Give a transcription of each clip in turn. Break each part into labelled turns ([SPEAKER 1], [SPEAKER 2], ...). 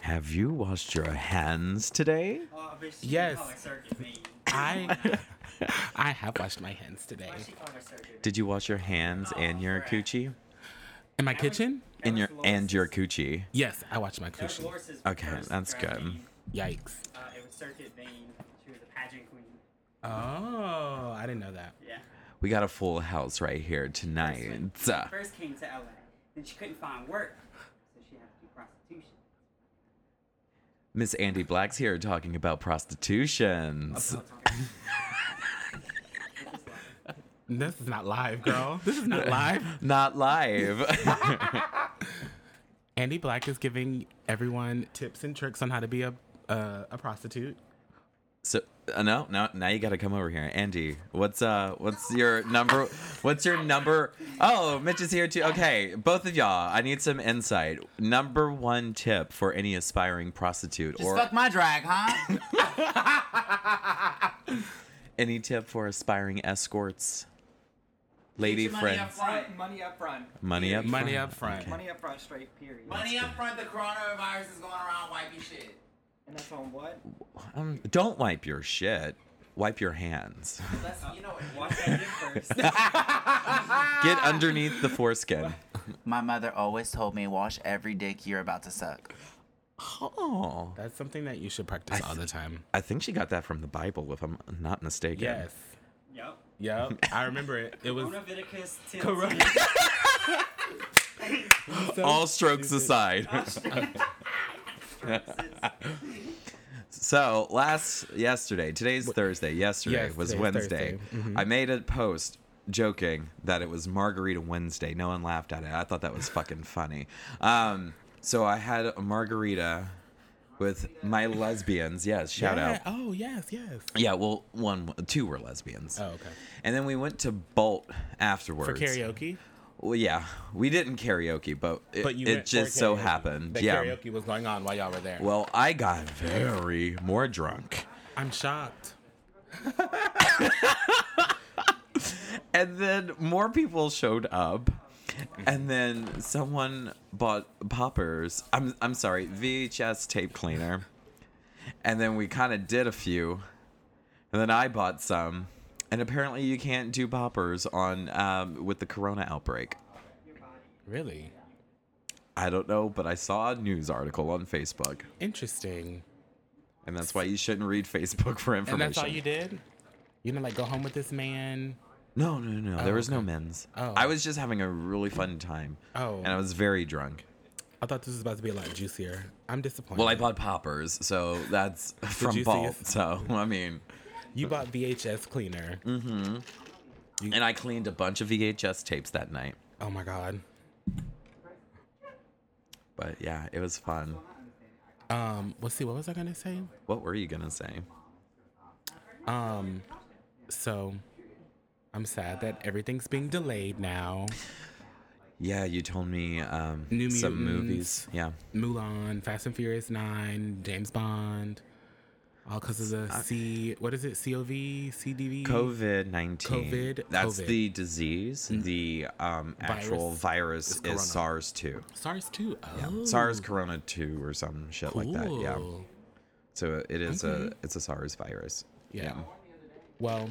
[SPEAKER 1] Have you washed your hands today?
[SPEAKER 2] Yes, I I have washed my hands today.
[SPEAKER 1] Did you wash your hands and your coochie?
[SPEAKER 2] In my kitchen?
[SPEAKER 1] In your and your coochie.
[SPEAKER 2] Yes, I washed my cushion.
[SPEAKER 1] Okay, that's good.
[SPEAKER 2] Yikes.
[SPEAKER 3] Uh, it was Circuit Vane. She was a pageant queen.
[SPEAKER 2] Oh, I didn't know that.
[SPEAKER 3] Yeah.
[SPEAKER 1] We got a full house right here tonight.
[SPEAKER 3] First came to LA, and she couldn't find work, so she had to do prostitution.
[SPEAKER 1] Miss Andy Black's here talking about prostitutions.
[SPEAKER 2] This is not live, girl. This is not live.
[SPEAKER 1] Not live.
[SPEAKER 2] Andy Black is giving everyone tips and tricks on how to be a uh, a prostitute.
[SPEAKER 1] so uh, no, no, now you gotta come over here. Andy, what's uh what's your number what's your number Oh, Mitch is here too. Okay, both of y'all, I need some insight. Number one tip for any aspiring prostitute
[SPEAKER 4] Just
[SPEAKER 1] or
[SPEAKER 4] fuck my drag, huh?
[SPEAKER 1] any tip for aspiring escorts? Lady
[SPEAKER 4] Get your money
[SPEAKER 1] friends.
[SPEAKER 4] up front.
[SPEAKER 5] money up front.
[SPEAKER 1] Money up
[SPEAKER 2] Money
[SPEAKER 1] front.
[SPEAKER 2] up front.
[SPEAKER 5] Money up front, straight, period.
[SPEAKER 4] Money up front. The coronavirus is going around wiping shit.
[SPEAKER 5] And that's on what?
[SPEAKER 1] Um, don't wipe your shit. Wipe your hands.
[SPEAKER 4] Let's, you know what?
[SPEAKER 3] Watch that dick first.
[SPEAKER 1] Get
[SPEAKER 4] Ah.
[SPEAKER 1] underneath the foreskin.
[SPEAKER 4] My mother always told me, wash every dick you're about to suck.
[SPEAKER 1] Oh.
[SPEAKER 2] That's something that you should practice all the time.
[SPEAKER 1] I think she got that from the Bible, if I'm not mistaken.
[SPEAKER 2] Yes.
[SPEAKER 3] Yep.
[SPEAKER 2] Yep. I remember it. It was
[SPEAKER 3] Coronavirus tips.
[SPEAKER 2] so Ah.
[SPEAKER 1] All strokes aside. so last yesterday, today's Thursday. Yesterday
[SPEAKER 2] Yes,
[SPEAKER 1] was
[SPEAKER 2] today's Mm-hmm.
[SPEAKER 1] Wednesday. I made a post joking that it was Margarita Wednesday. No one laughed at it. I thought that was fucking funny. Um, so I had a margarita with my lesbians. Yes, shout
[SPEAKER 2] Yeah.
[SPEAKER 1] out.
[SPEAKER 2] Oh yes, yes.
[SPEAKER 1] Yeah, well, one, two were lesbians.
[SPEAKER 2] Oh okay.
[SPEAKER 1] And then we went to Bolt afterwards.
[SPEAKER 2] For karaoke,
[SPEAKER 1] Well, yeah, we didn't karaoke, but it,
[SPEAKER 2] but you
[SPEAKER 1] it
[SPEAKER 2] went for
[SPEAKER 1] just so
[SPEAKER 2] karaoke.
[SPEAKER 1] happened.
[SPEAKER 2] that
[SPEAKER 1] yeah.
[SPEAKER 2] karaoke was going on while y'all were there.
[SPEAKER 1] Well, I got very more drunk.
[SPEAKER 2] I'm shocked.
[SPEAKER 1] And then more people showed up. And then someone bought poppers. I'm I'm sorry, VHS tape cleaner. And then we kind of did a few. And then I bought some. And apparently you can't do poppers on um, with the corona outbreak.
[SPEAKER 2] Really
[SPEAKER 1] I don't know, but I saw a news article on Facebook.
[SPEAKER 2] interesting.
[SPEAKER 1] And that's why you shouldn't read Facebook for information.
[SPEAKER 2] And that's all you did. You didn't like go home with this man.
[SPEAKER 1] No, no, no. there was no
[SPEAKER 2] okay.
[SPEAKER 1] men's.
[SPEAKER 2] Oh.
[SPEAKER 1] I was just having a really fun time.
[SPEAKER 2] Oh.
[SPEAKER 1] And I was very drunk.
[SPEAKER 2] I thought this was about to be a lot juicier. I'm disappointed.
[SPEAKER 1] Well, I bought poppers, so that's from
[SPEAKER 2] you see
[SPEAKER 1] Balt.
[SPEAKER 2] it?
[SPEAKER 1] So, I mean,
[SPEAKER 2] you bought VHS cleaner.
[SPEAKER 1] Mm. and I cleaned a bunch of VHS tapes that night.
[SPEAKER 2] Oh my god.
[SPEAKER 1] But yeah, it was fun.
[SPEAKER 2] Um, let's see. What was I gonna say?
[SPEAKER 1] What were you going to say?
[SPEAKER 2] Um, so I'm sad that everything's being delayed now.
[SPEAKER 1] Yeah, you told me um,
[SPEAKER 2] New
[SPEAKER 1] some
[SPEAKER 2] Mutants.
[SPEAKER 1] movies. Yeah.
[SPEAKER 2] Mulan, Fast and Furious Nine, James Bond, all because of
[SPEAKER 1] Uh,
[SPEAKER 2] the C. What is it? COV, CDV.
[SPEAKER 1] COVID 19.
[SPEAKER 2] Mm. COVID,
[SPEAKER 1] That's
[SPEAKER 2] COVID. Mm.
[SPEAKER 1] the disease. The um, actual virus,
[SPEAKER 2] corona.
[SPEAKER 1] is SARS 2.
[SPEAKER 2] SARS two. Oh,
[SPEAKER 1] SARS Corona 2 or some shit like that. Yeah.
[SPEAKER 2] cool.
[SPEAKER 1] So it is a it's a SARS virus.
[SPEAKER 2] Yeah. Well,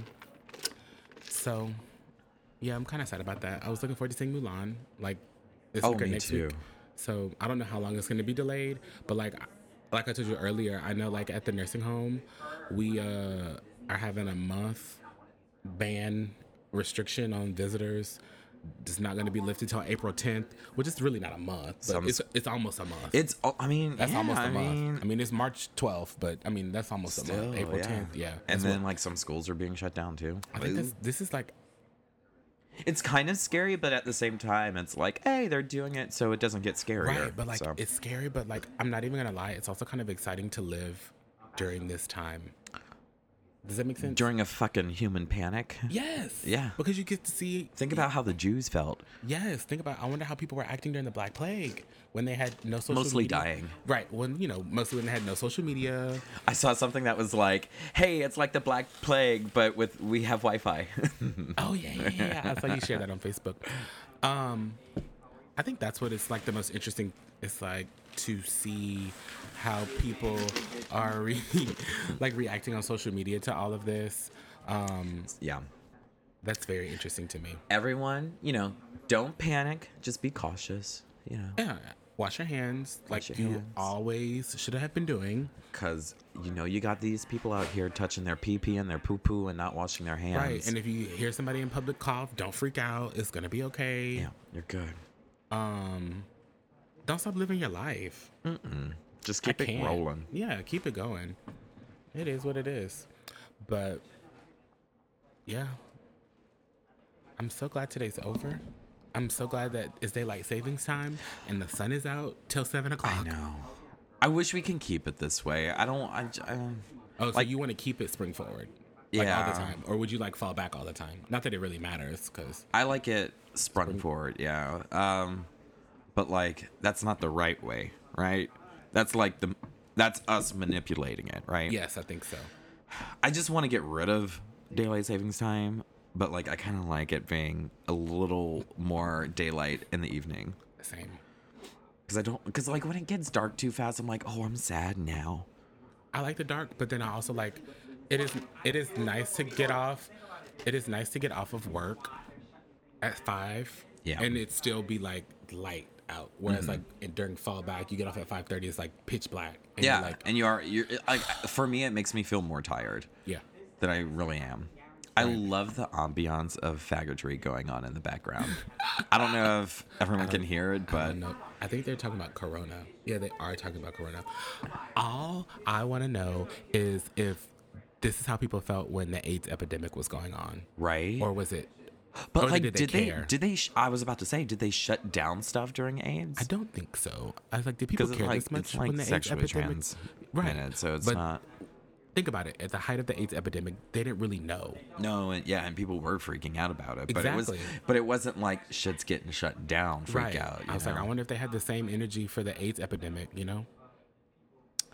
[SPEAKER 2] so yeah, I'm kind of sad about that. I was looking forward to seeing Mulan. Like, this
[SPEAKER 1] Oh,
[SPEAKER 2] week or
[SPEAKER 1] me
[SPEAKER 2] next Week.
[SPEAKER 1] too.
[SPEAKER 2] So I don't know how long it's going to be delayed, but like, like I told you earlier, I know like at the nursing home, we uh, are having a month ban restriction on visitors. It's not going to be lifted till April 10th, which is really not a month, but
[SPEAKER 1] Some-
[SPEAKER 2] it's it's almost a month.
[SPEAKER 1] It's al- I mean
[SPEAKER 2] that's
[SPEAKER 1] yeah,
[SPEAKER 2] almost a
[SPEAKER 1] I
[SPEAKER 2] month.
[SPEAKER 1] mean,
[SPEAKER 2] I mean, it's March 12th, but I mean that's almost a
[SPEAKER 1] still,
[SPEAKER 2] month. April
[SPEAKER 1] yeah.
[SPEAKER 2] 10th, yeah.
[SPEAKER 1] And
[SPEAKER 2] That's
[SPEAKER 1] then like some schools are being shut down too.
[SPEAKER 2] I think that's, this is like
[SPEAKER 1] It's kind of scary, but at the same time, it's like hey, they're doing it, so it doesn't get scarier.
[SPEAKER 2] right, but like
[SPEAKER 1] so.
[SPEAKER 2] it's scary. But like I'm not even gonna lie, it's also kind of exciting to live during this time. Does that make sense?
[SPEAKER 1] during a fucking human panic.
[SPEAKER 2] yes.
[SPEAKER 1] Yeah.
[SPEAKER 2] Because you get to see.
[SPEAKER 1] Think about how the Jews felt.
[SPEAKER 2] Yes. Think about. I wonder how people were acting during the Black Plague when they had no social.
[SPEAKER 1] Mostly
[SPEAKER 2] media.
[SPEAKER 1] dying.
[SPEAKER 2] Right. When you know mostly when they had no social media.
[SPEAKER 1] I saw something that was like, "Hey, it's like the Black Plague, but with we have Wi-Fi."
[SPEAKER 2] Oh yeah, yeah, yeah. yeah. I saw you share that on Facebook. Um, I think that's what it's like the most interesting. It's like to see how people are re- like reacting on social media to all of this. Um,
[SPEAKER 1] Yeah.
[SPEAKER 2] that's very interesting to me.
[SPEAKER 1] Everyone, you know, don't panic. Just be cautious, you know,
[SPEAKER 2] Yeah, wash your hands like
[SPEAKER 1] your
[SPEAKER 2] you
[SPEAKER 1] hands.
[SPEAKER 2] always should have been doing.
[SPEAKER 1] because, you know, you got these people out here touching their pee pee and their poo poo and not washing their hands.
[SPEAKER 2] Right, and if you hear somebody in public cough, don't freak out. It's gonna be okay.
[SPEAKER 1] yeah, you're good.
[SPEAKER 2] Um, don't stop living your life.
[SPEAKER 1] Just keep it
[SPEAKER 2] can.
[SPEAKER 1] rolling.
[SPEAKER 2] Yeah, keep it going. It is what it is. But yeah. I'm so glad today's over. I'm so glad that it's daylight savings time and the sun is out till seven o'clock.
[SPEAKER 1] I know. I wish we can keep it this way. I don't. I. j- um, I don't-
[SPEAKER 2] Oh, so
[SPEAKER 1] Like-
[SPEAKER 2] you want to keep it spring forward? Like all
[SPEAKER 1] Yeah.
[SPEAKER 2] the time. Or would you like fall back all the time? Not that it really matters, because
[SPEAKER 1] I like it sprung forward. Yeah. Um, but like that's not the right way, right? That's like the that's us manipulating it, right?
[SPEAKER 2] yes, I think so.
[SPEAKER 1] I just want to get rid of daylight savings time, but like I kind of like it being a little more daylight in the evening
[SPEAKER 2] Same.
[SPEAKER 1] because I don't because like when it gets dark too fast, I'm like, oh, I'm sad now.
[SPEAKER 2] I like the dark, but then I also like it is it is nice to get off. It is nice to get off of work at five.
[SPEAKER 1] Yeah. Mm-hmm.
[SPEAKER 2] And it still be like light out. Whereas like it, during fall back, you get off at five thirty, it's like pitch black. And
[SPEAKER 1] yeah,
[SPEAKER 2] You're like
[SPEAKER 1] and you are you're like for me, it makes me feel more tired.
[SPEAKER 2] yeah.
[SPEAKER 1] than I really am. I love the ambiance of faggotry going on in the background. I don't know if everyone can hear it,
[SPEAKER 2] I
[SPEAKER 1] but
[SPEAKER 2] don't know. I think they're talking about Corona. Yeah, they are talking about Corona. All I want to know is if this is how people felt when the AIDS epidemic was going on,
[SPEAKER 1] right?
[SPEAKER 2] or was it?
[SPEAKER 1] but
[SPEAKER 2] or
[SPEAKER 1] like,
[SPEAKER 2] did they
[SPEAKER 1] did they?
[SPEAKER 2] care?
[SPEAKER 1] Did they? Sh- I was about to say, did they shut down stuff during AIDS?
[SPEAKER 2] I don't think so. I was like, did people
[SPEAKER 1] it's
[SPEAKER 2] care
[SPEAKER 1] like-
[SPEAKER 2] this much
[SPEAKER 1] it's like
[SPEAKER 2] when the AIDS
[SPEAKER 1] sexually
[SPEAKER 2] epidemic?
[SPEAKER 1] transmitted, so it's
[SPEAKER 2] But
[SPEAKER 1] not.
[SPEAKER 2] think about it. At the height of the AIDS epidemic, they didn't really know.
[SPEAKER 1] No, and yeah, and people were freaking out about it, but it was,
[SPEAKER 2] Exactly.
[SPEAKER 1] but it wasn't like shit's getting shut down, freak out. you
[SPEAKER 2] I was like,
[SPEAKER 1] know?
[SPEAKER 2] I wonder if they had the same energy for the AIDS epidemic. You know.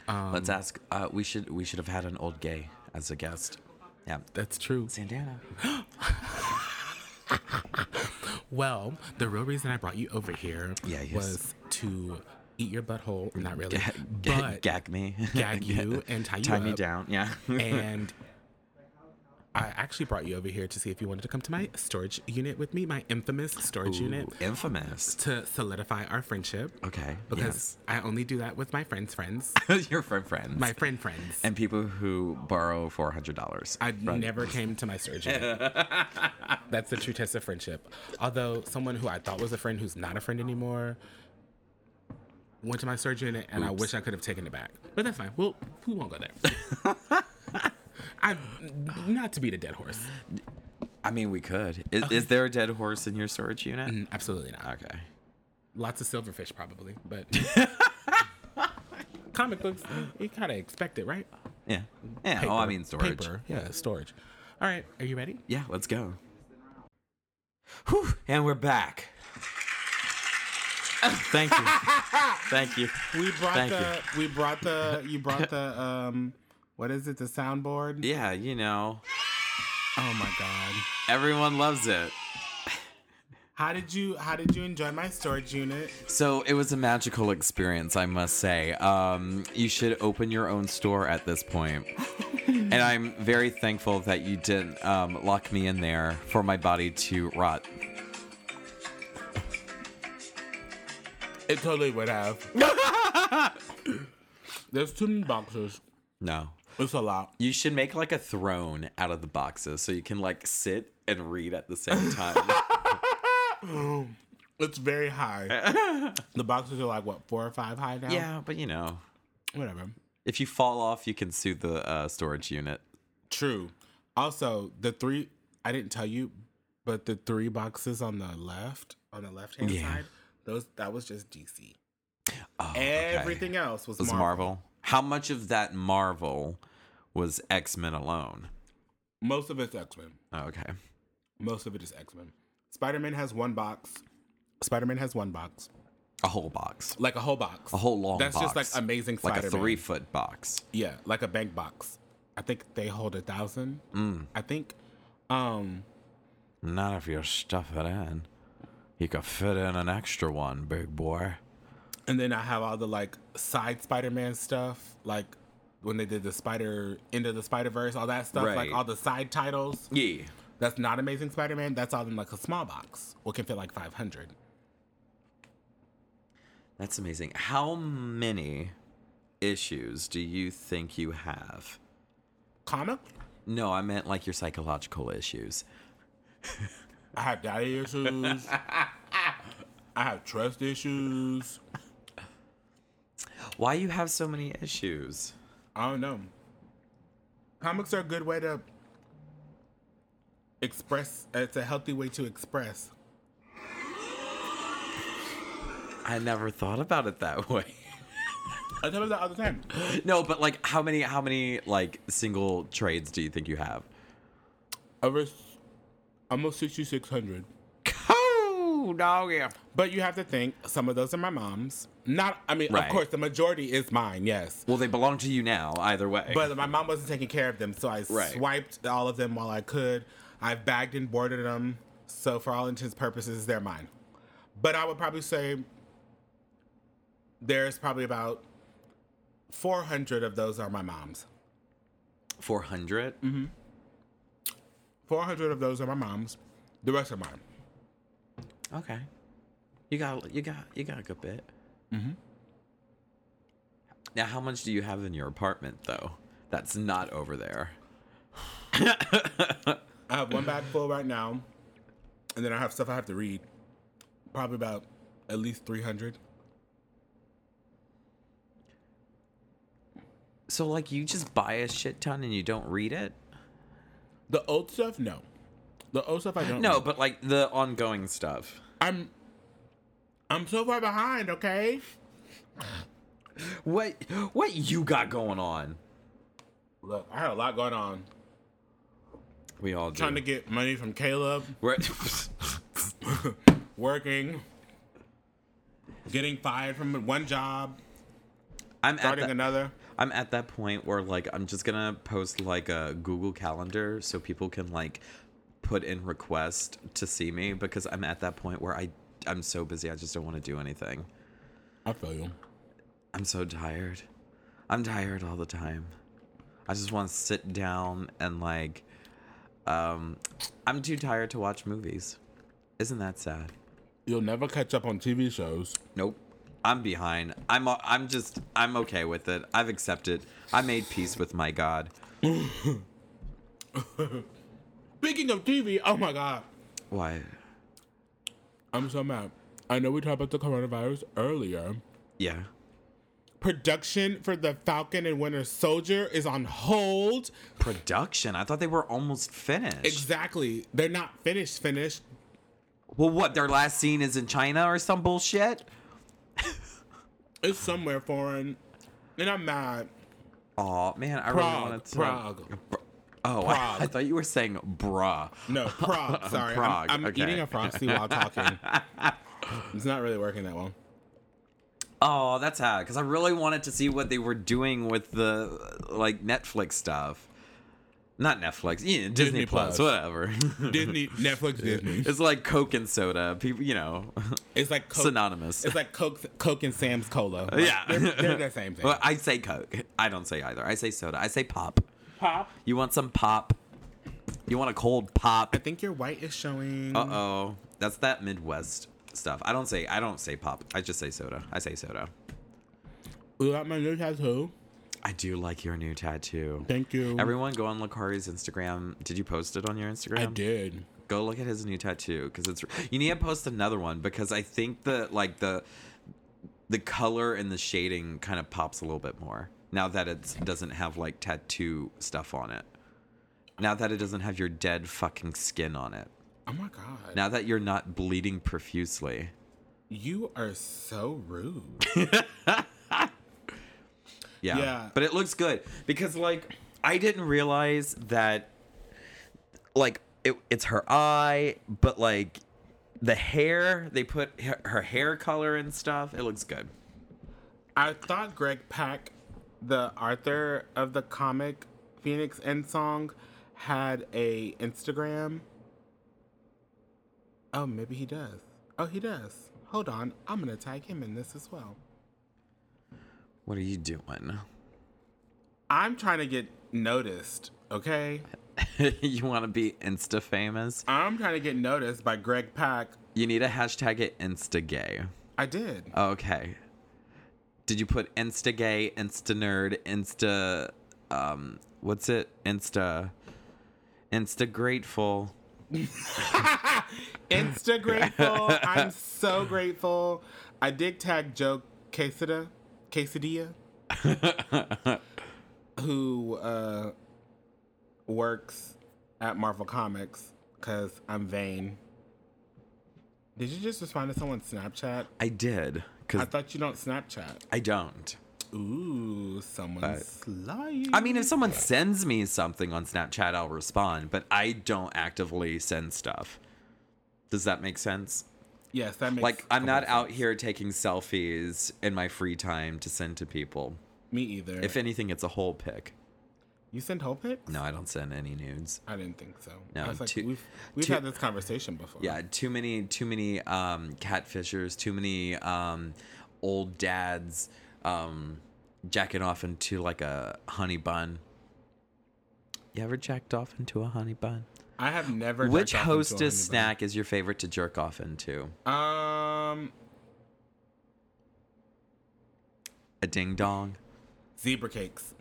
[SPEAKER 1] Let's
[SPEAKER 2] Um,
[SPEAKER 1] ask. Uh, we should we should have had an old gay as a guest. Yeah,
[SPEAKER 2] That's true.
[SPEAKER 1] Santana.
[SPEAKER 2] Well, the real reason I brought you over here
[SPEAKER 1] Yeah, yes.
[SPEAKER 2] was to eat your butthole. Not really,
[SPEAKER 1] Gag,
[SPEAKER 2] but
[SPEAKER 1] gag me.
[SPEAKER 2] gag you and tie you
[SPEAKER 1] tie me
[SPEAKER 2] up.
[SPEAKER 1] down. Yeah.
[SPEAKER 2] and I actually brought you over here to see if you wanted to come to my storage unit with me, my infamous storage unit,
[SPEAKER 1] Ooh, Infamous.
[SPEAKER 2] to solidify our friendship.
[SPEAKER 1] Okay.
[SPEAKER 2] Because I only do that with my friends' friends,
[SPEAKER 1] yes. your friend friends.
[SPEAKER 2] my friend friends.
[SPEAKER 1] and people who borrow four hundred dollars.
[SPEAKER 2] I never came to my surgery. That's the true test of friendship. Although someone who I thought was a friend who's not a friend anymore went to my surgery and, and I wish I could have taken it back. But that's fine. We'll, we won't go there. I, not to beat a dead horse.
[SPEAKER 1] I mean, we could. Is, is there a dead horse in your storage unit?
[SPEAKER 2] Mm, Absolutely not.
[SPEAKER 1] Okay.
[SPEAKER 2] Lots of silverfish probably, but comic books, you kind of expect it, right?
[SPEAKER 1] Yeah. Yeah. oh, I
[SPEAKER 2] Paper-
[SPEAKER 1] mean storage.
[SPEAKER 2] Paper. Yeah, storage. All right, are you ready?
[SPEAKER 1] Yeah. Let's go. Whew, and we're back. Thank you. Thank you.
[SPEAKER 2] We brought
[SPEAKER 1] Thank
[SPEAKER 2] the we brought the you brought the um what is it the soundboard?
[SPEAKER 1] Yeah. You know,
[SPEAKER 2] Oh my god.
[SPEAKER 1] everyone loves it.
[SPEAKER 2] How did you how did you enjoy my storage unit?
[SPEAKER 1] So it was a magical experience, I must say. Um, you should open your own store at this point. and I'm very thankful that you didn't um, lock me in there for my body to rot.
[SPEAKER 2] It totally would have. There's too many boxes.
[SPEAKER 1] No.
[SPEAKER 2] It's a lot.
[SPEAKER 1] You should make like a throne out of the boxes so you can like sit and read at the same time.
[SPEAKER 2] It's very high. the boxes are like what four or five high now.
[SPEAKER 1] yeah, but you know,
[SPEAKER 2] Whatever.
[SPEAKER 1] if you fall off, you can sue the uh, storage unit.
[SPEAKER 2] True. Also, the three I didn't tell you, but the three boxes on the left, on the left hand
[SPEAKER 1] Yeah.
[SPEAKER 2] side, those that was just DC.
[SPEAKER 1] Oh, okay.
[SPEAKER 2] Everything else was,
[SPEAKER 1] was Marvel.
[SPEAKER 2] Marvel.
[SPEAKER 1] How much of that Marvel was X Men alone?
[SPEAKER 2] Most of it's X Men.
[SPEAKER 1] Okay.
[SPEAKER 2] Most of it is X Men. Spider Man has one box. Spider Man has one box,
[SPEAKER 1] A whole box.
[SPEAKER 2] like a whole box.
[SPEAKER 1] A whole long
[SPEAKER 2] That's
[SPEAKER 1] box.
[SPEAKER 2] just like amazing
[SPEAKER 1] Like
[SPEAKER 2] Spider
[SPEAKER 1] a
[SPEAKER 2] Man.
[SPEAKER 1] three foot box.
[SPEAKER 2] Yeah, like a bank box. I think they hold a thousand.
[SPEAKER 1] Mm.
[SPEAKER 2] I think. Um.
[SPEAKER 1] Not if you stuff it in. You could fit in an extra one, big boy.
[SPEAKER 2] And then I have all the like side Spider-Man stuff, like when they did the Spider end of the Spider-Verse, all that stuff,
[SPEAKER 1] Right.
[SPEAKER 2] like all the side titles.
[SPEAKER 1] Yeah.
[SPEAKER 2] That's not Amazing Spider-Man. That's all in like a small box. What can fit like 500.
[SPEAKER 1] That's amazing. How many issues do you think you have?
[SPEAKER 2] Comic?
[SPEAKER 1] No, I meant like your psychological issues.
[SPEAKER 2] I have daddy issues. I have trust issues.
[SPEAKER 1] Why you have so many issues?
[SPEAKER 2] I don't know. Comics are a good way to express. uh, It's a healthy way to express.
[SPEAKER 1] I never thought about it that way.
[SPEAKER 2] I told you that all the time.
[SPEAKER 1] No, but like how many how many like single trades do you think you have?
[SPEAKER 2] Over s- almost sixty six hundred.
[SPEAKER 1] Oh, dog yeah.
[SPEAKER 2] But you have to think some of those are my mom's. Not, I mean,
[SPEAKER 1] Right.
[SPEAKER 2] of course, the majority is mine. Yes,
[SPEAKER 1] Well, they belong to you now either way.
[SPEAKER 2] but my mom wasn't taking care of them, so I
[SPEAKER 1] Right.
[SPEAKER 2] swiped all of them while I could. I've bagged and boarded them, so for all intents and purposes, they're mine. But I would probably say there's probably about 400 of those are my mom's.
[SPEAKER 1] 400?
[SPEAKER 2] 400 of those are my mom's. The rest are mine. Mm-hmm.
[SPEAKER 1] Okay. You got you got you got a good bit. Mm-hmm. Now how much do you have in your apartment though? That's not over there.
[SPEAKER 2] I have one bag full right now, and then I have stuff I have to read. Probably about at least 300.
[SPEAKER 1] So like you just buy a shit ton and you don't read it?
[SPEAKER 2] The old stuff, no. The old stuff I don't.
[SPEAKER 1] No,
[SPEAKER 2] read.
[SPEAKER 1] but like the ongoing stuff.
[SPEAKER 2] I'm I'm so far behind, okay?
[SPEAKER 1] What what you got going on?
[SPEAKER 2] Look, I had a lot going on.
[SPEAKER 1] We all do.
[SPEAKER 2] Trying to get money from Caleb,
[SPEAKER 1] We're-
[SPEAKER 2] working, getting fired from one job,
[SPEAKER 1] I'm at
[SPEAKER 2] starting
[SPEAKER 1] that,
[SPEAKER 2] another.
[SPEAKER 1] I'm at that point where like I'm just gonna post like a Google Calendar so people can like put in request to see me because I'm at that point where I I'm so busy I just don't want to do anything.
[SPEAKER 2] I feel you.
[SPEAKER 1] I'm so tired. I'm tired all the time. I just want to sit down and like um I'm too tired to watch movies. Isn't that sad?
[SPEAKER 2] You'll never catch up on TV shows.
[SPEAKER 1] Nope. I'm behind. I'm I'm just I'm okay with it. I've accepted. I made peace with my god.
[SPEAKER 2] Speaking of TV, oh my god.
[SPEAKER 1] Why?
[SPEAKER 2] I'm so mad. I know we talked about the coronavirus earlier.
[SPEAKER 1] Yeah.
[SPEAKER 2] Production for the Falcon and Winter Soldier is on hold.
[SPEAKER 1] Production. I thought they were almost finished.
[SPEAKER 2] Exactly. They're not finished, finished.
[SPEAKER 1] well, what? Their last scene is in China or some bullshit?
[SPEAKER 2] It's somewhere foreign. And I'm mad.
[SPEAKER 1] Oh man, I really
[SPEAKER 2] Prague,
[SPEAKER 1] wanted to.
[SPEAKER 2] Prague.
[SPEAKER 1] Oh, I,
[SPEAKER 2] Prague.
[SPEAKER 1] I thought you were saying bruh.
[SPEAKER 2] No, Prague. Sorry. I'm-
[SPEAKER 1] Prague,
[SPEAKER 2] I'm,
[SPEAKER 1] okay.
[SPEAKER 2] eating a Frosty while talking. it's not really working that well.
[SPEAKER 1] Oh, that's sad. Because I really wanted to see what they were doing with the like Netflix stuff. Not Netflix. Yeah, Disney,
[SPEAKER 2] Disney
[SPEAKER 1] Plus,
[SPEAKER 2] Plus.
[SPEAKER 1] Whatever.
[SPEAKER 2] Disney, Netflix, Disney.
[SPEAKER 1] It's like Coke and soda. People, you know,
[SPEAKER 2] It's like Coke,
[SPEAKER 1] synonymous.
[SPEAKER 2] It's like Coke, Coke and Sam's Cola. Like,
[SPEAKER 1] yeah,
[SPEAKER 2] They're, they're the same thing.
[SPEAKER 1] Well, I say Coke. I don't say either. I say soda. I say pop.
[SPEAKER 2] Pop.
[SPEAKER 1] You want some pop? You want a cold pop?
[SPEAKER 2] I think your white is showing.
[SPEAKER 1] Uh oh, that's that Midwest stuff. I don't say I don't say pop. I just say soda. I say soda.
[SPEAKER 2] You got my new tattoo.
[SPEAKER 1] I do like your new tattoo.
[SPEAKER 2] Thank you.
[SPEAKER 1] Everyone, go on Lakari's Instagram. Did you post it on your Instagram?
[SPEAKER 2] I did.
[SPEAKER 1] Go look at his new tattoo because it's. You need to post another one because I think the like the the color and the shading kind of pops a little bit more now that it doesn't have like tattoo stuff on it. Now that it doesn't have your dead fucking skin on it.
[SPEAKER 2] Oh my god.
[SPEAKER 1] Now that you're not bleeding profusely.
[SPEAKER 2] you are so rude.
[SPEAKER 1] Yeah.
[SPEAKER 2] Yeah.
[SPEAKER 1] But it looks good because like I didn't realize that like it, it's her eye, but like the hair, they put her, her hair color and stuff. It looks good.
[SPEAKER 2] I thought Greg Pack, the author of the comic Phoenix End Song, had a Instagram. Oh, maybe he does. Oh, he does. Hold on. I'm going to tag him in this as well.
[SPEAKER 1] What are you doing?
[SPEAKER 2] I'm trying to get noticed, okay?
[SPEAKER 1] you want to be Insta famous?
[SPEAKER 2] I'm trying to get noticed by Greg Pack.
[SPEAKER 1] You need to hashtag it Insta gay.
[SPEAKER 2] I did.
[SPEAKER 1] Okay. Did you put Insta gay, Insta nerd, Insta, um, what's it? Insta, Insta grateful.
[SPEAKER 2] Insta grateful. I'm so grateful. I did tag Joe Quesada, Quesadilla, who uh, works at Marvel Comics because I'm vain. Did you just respond to someone's Snapchat?
[SPEAKER 1] I did,
[SPEAKER 2] I
[SPEAKER 1] because
[SPEAKER 2] thought you don't Snapchat.
[SPEAKER 1] I don't.
[SPEAKER 2] Ooh, someone's sly.
[SPEAKER 1] I mean, if someone sends me something on Snapchat, I'll respond, but I don't actively send stuff. Does that make sense?
[SPEAKER 2] yes, that makes
[SPEAKER 1] Like, I'm not
[SPEAKER 2] complete
[SPEAKER 1] out
[SPEAKER 2] sense.
[SPEAKER 1] here taking selfies in my free time to send to people.
[SPEAKER 2] Me either.
[SPEAKER 1] If anything, it's a whole pic.
[SPEAKER 2] you send whole pics?
[SPEAKER 1] No, I don't send any nudes.
[SPEAKER 2] I didn't think so.
[SPEAKER 1] No,
[SPEAKER 2] I was like,
[SPEAKER 1] too-
[SPEAKER 2] we've we've
[SPEAKER 1] too-
[SPEAKER 2] had this conversation before.
[SPEAKER 1] Yeah, too many, too many um, catfishers, too many um, old dads um, jacking off into like a honey bun. You ever jacked off into a honey bun?
[SPEAKER 2] I have never.
[SPEAKER 1] Which
[SPEAKER 2] jerked off into a
[SPEAKER 1] hostess
[SPEAKER 2] honey
[SPEAKER 1] snack is your favorite to jerk off into?
[SPEAKER 2] bun. Um,
[SPEAKER 1] A ding dong.
[SPEAKER 2] zebra cakes.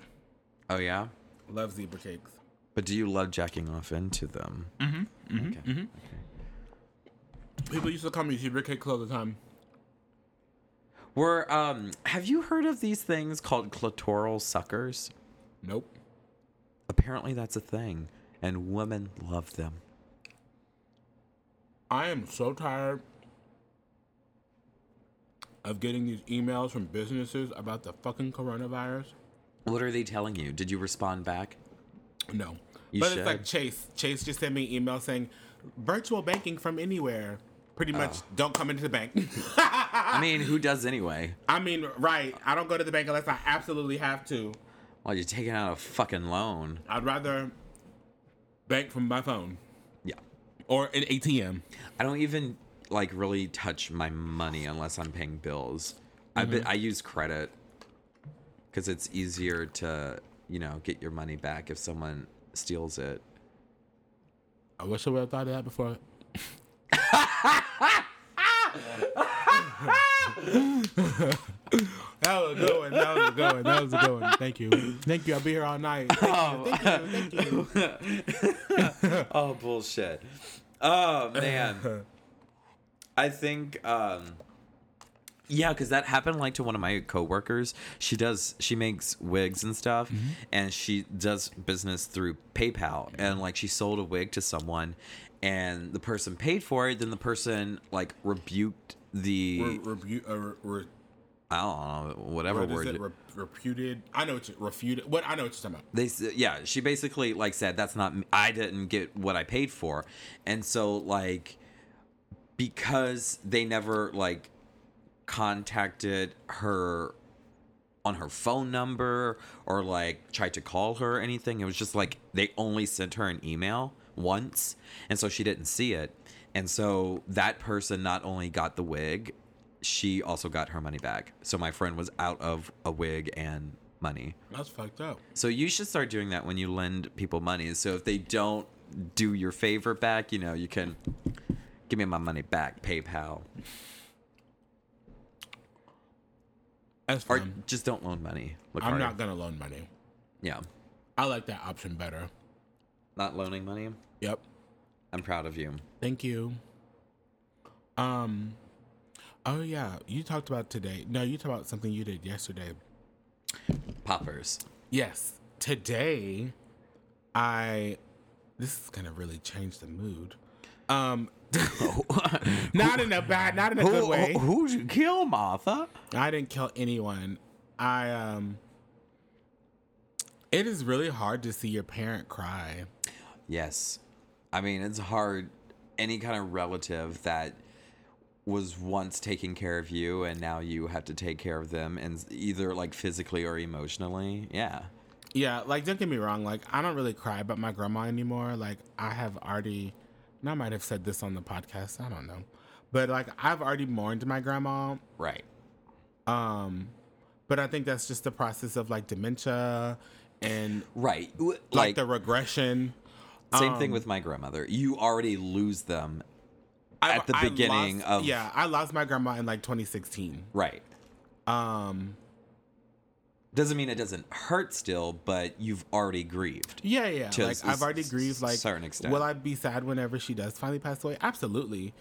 [SPEAKER 1] Oh yeah,
[SPEAKER 2] Love zebra cakes.
[SPEAKER 1] but do you love jacking off into them?
[SPEAKER 2] Mm.
[SPEAKER 1] Mm-hmm. okay.
[SPEAKER 2] People used to call me zebra cakes all the time.
[SPEAKER 1] Were um, have you heard of these things called clitoral suckers?
[SPEAKER 2] Nope.
[SPEAKER 1] Apparently, that's a thing, and women love them.
[SPEAKER 2] I am so tired of getting these emails from businesses about the fucking coronavirus.
[SPEAKER 1] What are they telling you? Did you respond back?
[SPEAKER 2] No.
[SPEAKER 1] You
[SPEAKER 2] but it's like
[SPEAKER 1] should.
[SPEAKER 2] Chase. Chase just sent me an email saying, virtual banking from anywhere. Pretty much,
[SPEAKER 1] Oh.
[SPEAKER 2] don't come into the bank.
[SPEAKER 1] I mean, who does anyway?
[SPEAKER 2] I mean, right. I don't go to the bank unless I absolutely have to.
[SPEAKER 1] Well, you're taking out a fucking loan.
[SPEAKER 2] I'd rather bank from my phone
[SPEAKER 1] Yeah.
[SPEAKER 2] or an ATM.
[SPEAKER 1] I don't even like really touch my money unless I'm paying bills. I be- I use credit because it's easier to you know get your money back if someone steals it.
[SPEAKER 2] I wish I would have thought of that before. that was a good one. That was a good one. That was a good one. Thank you. Thank you. I'll be here all night. Thank you. Thank you. Thank you.
[SPEAKER 1] Oh bullshit. Oh man. I think um yeah, cuz that happened like to one of my coworkers. She does she makes wigs and stuff
[SPEAKER 2] Mm-hmm.
[SPEAKER 1] and she does business through PayPal and like she sold a wig to someone and the person paid for it then the person like rebuked the
[SPEAKER 2] Re- rebu- uh, re- re-
[SPEAKER 1] I don't know whatever
[SPEAKER 2] what is
[SPEAKER 1] word
[SPEAKER 2] it? Re- reputed. I know what you refuted. What I know what you're talking about.
[SPEAKER 1] they s- yeah she basically like said that's not m- i didn't get what i paid for and so like because they never like contacted her on her phone number or like tried to call her or anything it was just like they only sent her an email once and so she didn't see it and so that person not only got the wig she also got her money back so my friend was out of a wig and money
[SPEAKER 2] That's fucked up.
[SPEAKER 1] so you should start doing that when you lend people money. So if they don't do your favor back, you know, you can give me my money back, PayPal.
[SPEAKER 2] That's
[SPEAKER 1] Or
[SPEAKER 2] fine.
[SPEAKER 1] just don't loan money. Look
[SPEAKER 2] Um, I'm
[SPEAKER 1] harder.
[SPEAKER 2] not gonna loan money.
[SPEAKER 1] Yeah.
[SPEAKER 2] I like that option better.
[SPEAKER 1] Not loaning money.
[SPEAKER 2] Yep.
[SPEAKER 1] I'm proud of you.
[SPEAKER 2] Thank you. Um Oh yeah, you talked about today. No, you talked about something you did yesterday.
[SPEAKER 1] Poppers.
[SPEAKER 2] Yes. Today I this is gonna really change the mood. Um not in a bad not in a good way.
[SPEAKER 1] who'd you kill, Martha?
[SPEAKER 2] I didn't kill anyone. I um it is really hard to see your parent cry.
[SPEAKER 1] Yes. I mean, it's hard. Any kind of relative that was once taking care of you and now you have to take care of them and either like physically or emotionally. Yeah.
[SPEAKER 2] Yeah, like don't get me wrong, like I don't really cry about my grandma anymore. Like I have already and I might have said this on the podcast, I don't know. But like I've already mourned my grandma.
[SPEAKER 1] Right.
[SPEAKER 2] Um, but I think that's just the process of like dementia and
[SPEAKER 1] Right. W-
[SPEAKER 2] like,
[SPEAKER 1] Like,
[SPEAKER 2] the regression.
[SPEAKER 1] same thing
[SPEAKER 2] um,
[SPEAKER 1] with my grandmother. You already lose them.
[SPEAKER 2] I-
[SPEAKER 1] At the
[SPEAKER 2] I
[SPEAKER 1] beginning
[SPEAKER 2] lost-
[SPEAKER 1] of-
[SPEAKER 2] yeah, I lost my grandma in like 2016.
[SPEAKER 1] Right.
[SPEAKER 2] Um,
[SPEAKER 1] Doesn't mean it doesn't hurt still, but you've already grieved.
[SPEAKER 2] yeah, yeah,
[SPEAKER 1] To
[SPEAKER 2] like
[SPEAKER 1] s-
[SPEAKER 2] I've already grieved. Like
[SPEAKER 1] certain extent.
[SPEAKER 2] will I be sad whenever she does finally pass away? Absolutely,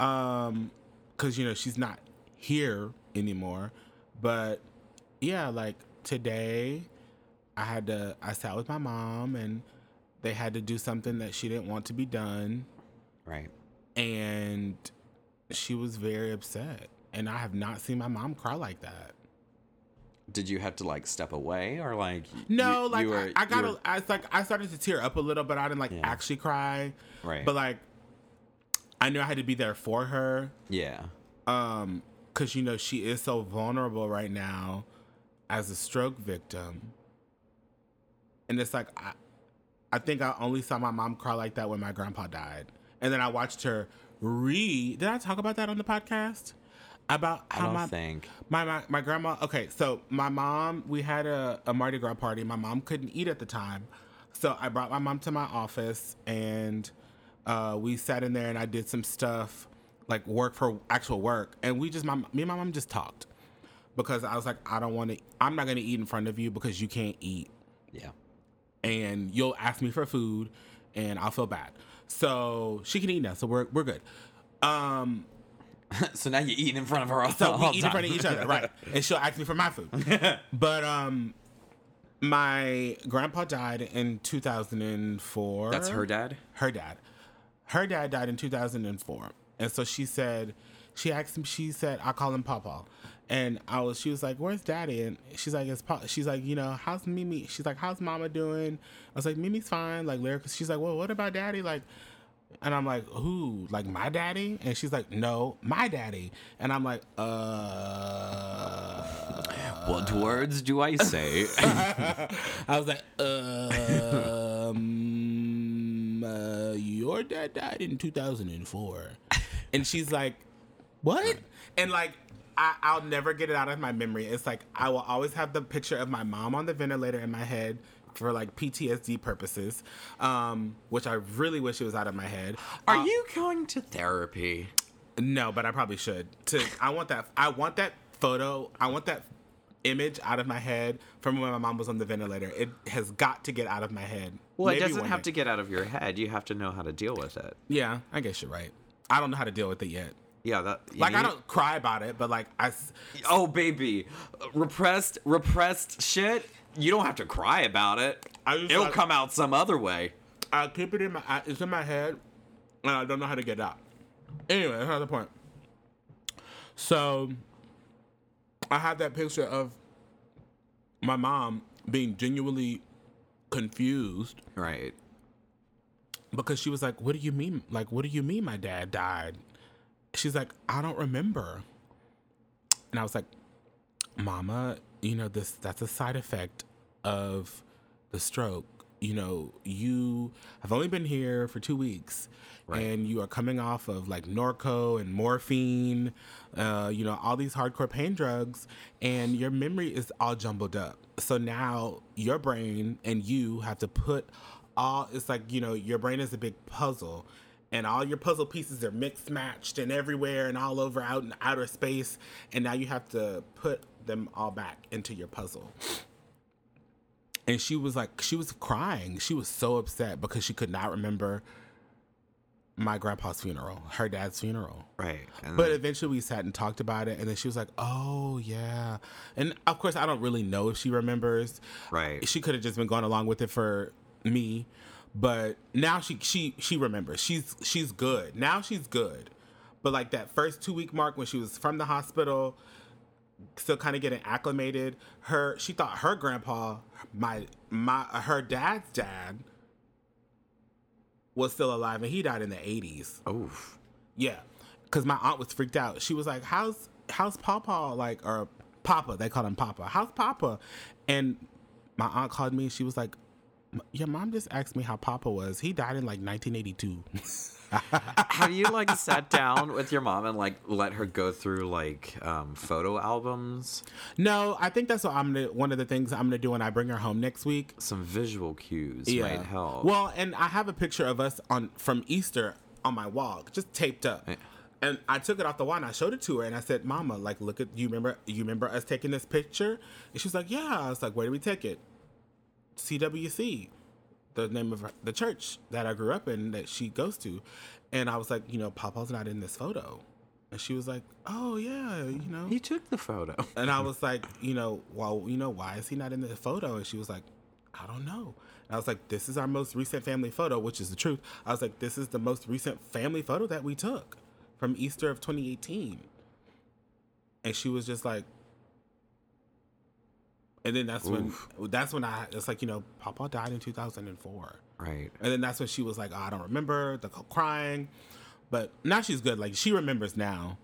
[SPEAKER 2] um, because you know she's not here anymore. But yeah, like today, I had to I sat with my mom and they had to do something that she didn't want to be done.
[SPEAKER 1] Right.
[SPEAKER 2] and she was very upset. And I have not seen my mom cry like that.
[SPEAKER 1] Did you have to like step away or like? y-
[SPEAKER 2] No,
[SPEAKER 1] you-
[SPEAKER 2] like
[SPEAKER 1] you
[SPEAKER 2] I,
[SPEAKER 1] were-
[SPEAKER 2] I
[SPEAKER 1] you
[SPEAKER 2] got,
[SPEAKER 1] were-
[SPEAKER 2] a, I was like I started to tear up a little, but I didn't like
[SPEAKER 1] Yeah.
[SPEAKER 2] actually cry.
[SPEAKER 1] Right.
[SPEAKER 2] But like, I knew I had to be there for her,
[SPEAKER 1] yeah.
[SPEAKER 2] um, because you know she is so vulnerable right now as a stroke victim. And it's like I, I think I only saw my mom cry like that when my grandpa died, and then I watched her re. Did I talk about that on the podcast? About
[SPEAKER 1] I
[SPEAKER 2] how
[SPEAKER 1] don't
[SPEAKER 2] my
[SPEAKER 1] think.
[SPEAKER 2] my, my my grandma. Okay, so my mom, we had a, a Mardi Gras party. My mom couldn't eat at the time, so I brought my mom to my office, and uh, we sat in there and I did some stuff like work for actual work, and we just my me and my mom just talked because I was like, I don't want to. I'm not gonna eat in front of you because you can't eat
[SPEAKER 1] Yeah.
[SPEAKER 2] and you'll ask me for food and I'll feel bad. So she can eat now, so we're we're good. Um
[SPEAKER 1] so now you're eating in front of her all,
[SPEAKER 2] so we
[SPEAKER 1] all
[SPEAKER 2] eat in
[SPEAKER 1] time.
[SPEAKER 2] front of each other, right? And she'll ask me for my food. but um my grandpa died in 2004.
[SPEAKER 1] That's her dad.
[SPEAKER 2] Her dad. Her dad died in 2004. And so she said she asked him she said I call him Papa. And I was she was like, "Where's Daddy?" And she's like, "It's pa-. she's like, you know, how's Mimi?" She's like, "How's Mama doing?" I was like, "Mimi's fine." Like, lyric. She's like, "Well, what about Daddy?" Like, and I'm like, who? Like my daddy? And she's like, no, my daddy. And I'm like, uh.
[SPEAKER 1] what words do I say?
[SPEAKER 2] I was like, um, uh, your dad died in 2004. And she's like, what? And like, I, I'll never get it out of my memory. It's like, I will always have the picture of my mom on the ventilator in my head for like PTSD purposes, um, which I really wish it was out of my head.
[SPEAKER 1] Are you going to therapy?
[SPEAKER 2] No, but I probably should. To I want that I want that photo. I want that image out of my head from when my mom was on the ventilator. It has got to get out of my head.
[SPEAKER 1] Well,
[SPEAKER 2] Maybe
[SPEAKER 1] it doesn't
[SPEAKER 2] one
[SPEAKER 1] have
[SPEAKER 2] day.
[SPEAKER 1] to get out of your head. You have to know how to deal with it.
[SPEAKER 2] Yeah, I guess you're right. I don't know how to deal with it yet.
[SPEAKER 1] Yeah, that you
[SPEAKER 2] Like I
[SPEAKER 1] need-
[SPEAKER 2] don't cry about it, but like I s-
[SPEAKER 1] Oh baby, repressed repressed shit. You don't have to cry about it.
[SPEAKER 2] I just
[SPEAKER 1] It'll
[SPEAKER 2] thought-
[SPEAKER 1] come out some other way.
[SPEAKER 2] I keep it in my I- it's in my head and I don't know how to get it out. Anyway, that's not the point. So I have that picture of my mom being genuinely confused
[SPEAKER 1] Right.
[SPEAKER 2] because she was like, "What do you mean? Like, what do you mean my dad died?" She's like, "I don't remember." And I was like, "Mama, you know this that's a side effect of the stroke. You know, you have only been here for 2 weeks and you are coming off of like Norco and morphine, uh, you know, all these hardcore pain drugs and your memory is all jumbled up. So now your brain and you have to put all it's like you know your brain is a big puzzle and all your puzzle pieces are mixed matched and everywhere and all over out in outer space and now you have to put them all back into your puzzle and she was like she was crying she was so upset because she could not remember my grandpa's funeral her dad's funeral
[SPEAKER 1] Right. And
[SPEAKER 2] but
[SPEAKER 1] then-
[SPEAKER 2] eventually we sat and talked about it, and then she was like, "Oh yeah," and of course I don't really know if she remembers.
[SPEAKER 1] Right.
[SPEAKER 2] She could have just been going along with it for me, but now she she she remembers. She's she's good now. She's good, but like that first two week mark when she was from the hospital, still kind of getting acclimated. Her she thought her grandpa, my my her dad's dad, was still alive, and he died in the eighties.
[SPEAKER 1] Oof.
[SPEAKER 2] Yeah, because my aunt was freaked out. She was like, "How's how's Papa like or Papa? They called him Papa. How's Papa?" And my aunt called me. and She was like, "M- "Your mom just asked me how Papa was. He died in like 1982."
[SPEAKER 1] Have you like sat down with your mom and like let her go through like um, photo albums?
[SPEAKER 2] No, I think that's what I'm gonna, one of the things I'm gonna do when I bring her home next week.
[SPEAKER 1] Some visual cues
[SPEAKER 2] Yeah.
[SPEAKER 1] might help.
[SPEAKER 2] Well, and I have a picture of us on from Easter on my wall, just taped up. And I took it off the wall and I showed it to her and I said, "Mama, like, look at you remember you remember us taking this picture?" And she was like, "Yeah." I was like, "Where did we take it?" CWC, the name of her- the church that I grew up in that she goes to, and I was like, "You know, Papa's not in this photo," and she was like, "Oh yeah, you know."
[SPEAKER 1] he took the photo.
[SPEAKER 2] And I was like, you know, well, you know, why is he not in the photo? And she was like, I don't know. And I was like, this is our most recent family photo, which is the truth. I was like, this is the most recent family photo that we took from Easter of 2018. And she was just like, and then that's when that's when I it's like you know Papa died in 2004.
[SPEAKER 1] Right.
[SPEAKER 2] And then that's when she was like, oh, I don't remember the c- crying, but now she's good. Like she remembers now.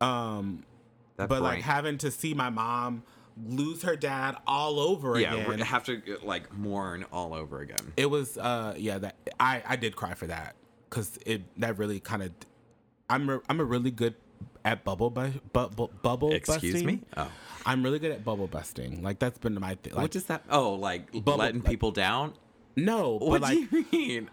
[SPEAKER 2] Um,
[SPEAKER 1] That
[SPEAKER 2] but like
[SPEAKER 1] bright-
[SPEAKER 2] having to see my mom lose her dad all over
[SPEAKER 1] yeah,
[SPEAKER 2] again.
[SPEAKER 1] we're- have to like mourn all over again.
[SPEAKER 2] it was uh yeah that I I did cry for that because it that really kind of I'm a, I'm a really good at bubble bu- bu- bu- bubble
[SPEAKER 1] Excuse
[SPEAKER 2] busting.
[SPEAKER 1] me? Oh.
[SPEAKER 2] I'm really good at bubble busting. Like that's been my thing. Like
[SPEAKER 1] what does that? Oh, like letting
[SPEAKER 2] like-
[SPEAKER 1] people down.
[SPEAKER 2] no,
[SPEAKER 1] What
[SPEAKER 2] but like
[SPEAKER 1] do you mean?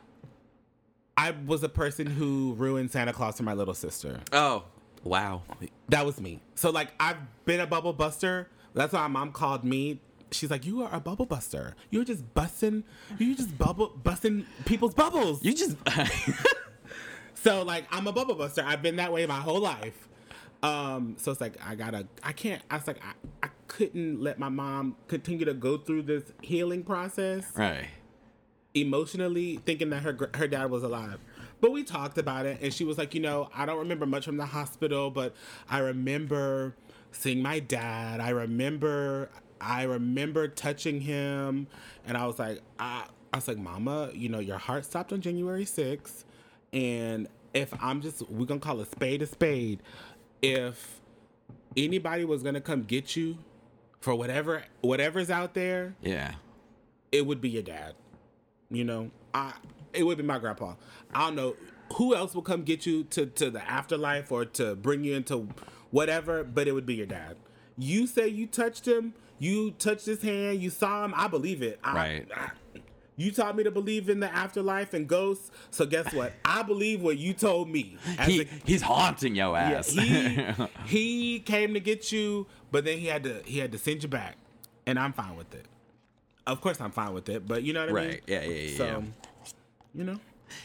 [SPEAKER 2] I was a person who ruined Santa Claus for my little sister.
[SPEAKER 1] Oh, wow.
[SPEAKER 2] That was me. So like I've been a bubble buster. That's why my mom called me. She's like, "You are a bubble buster. You're just busting. You just bubble busting people's bubbles."
[SPEAKER 1] You just
[SPEAKER 2] So like I'm a bubble buster. I've been that way my whole life. Um, so it's like I gotta I can't I was like I, I couldn't let my mom continue to go through this healing process
[SPEAKER 1] right.
[SPEAKER 2] emotionally thinking that her gr- her dad was alive. But we talked about it, and she was like, you know, I don't remember much from the hospital, but I remember seeing my dad. I remember I remember touching him, and I was like, I, I was like, Mama, you know, your heart stopped on January 6th, and if I'm just we're gonna call a spade a spade, if anybody was gonna come get you for whatever whatever's out there,
[SPEAKER 1] Yeah.
[SPEAKER 2] it would be your dad. You know, I it would be my grandpa. I don't know who else will come get you to to the afterlife or to bring you into whatever, but it would be your dad. You say you touched him, you touched his hand, you saw him. I believe it. I,
[SPEAKER 1] Right.
[SPEAKER 2] I- you taught me to believe in the afterlife and ghosts. So guess what? I believe what you told me. As
[SPEAKER 1] He
[SPEAKER 2] a-
[SPEAKER 1] he's haunting your
[SPEAKER 2] yeah,
[SPEAKER 1] ass.
[SPEAKER 2] he he came to get you, but then he had to he had to send you back, and I'm fine with it. Of course, I'm fine with it, but you know what I mean,
[SPEAKER 1] Right, yeah, yeah, yeah,
[SPEAKER 2] So,
[SPEAKER 1] yeah.
[SPEAKER 2] you know,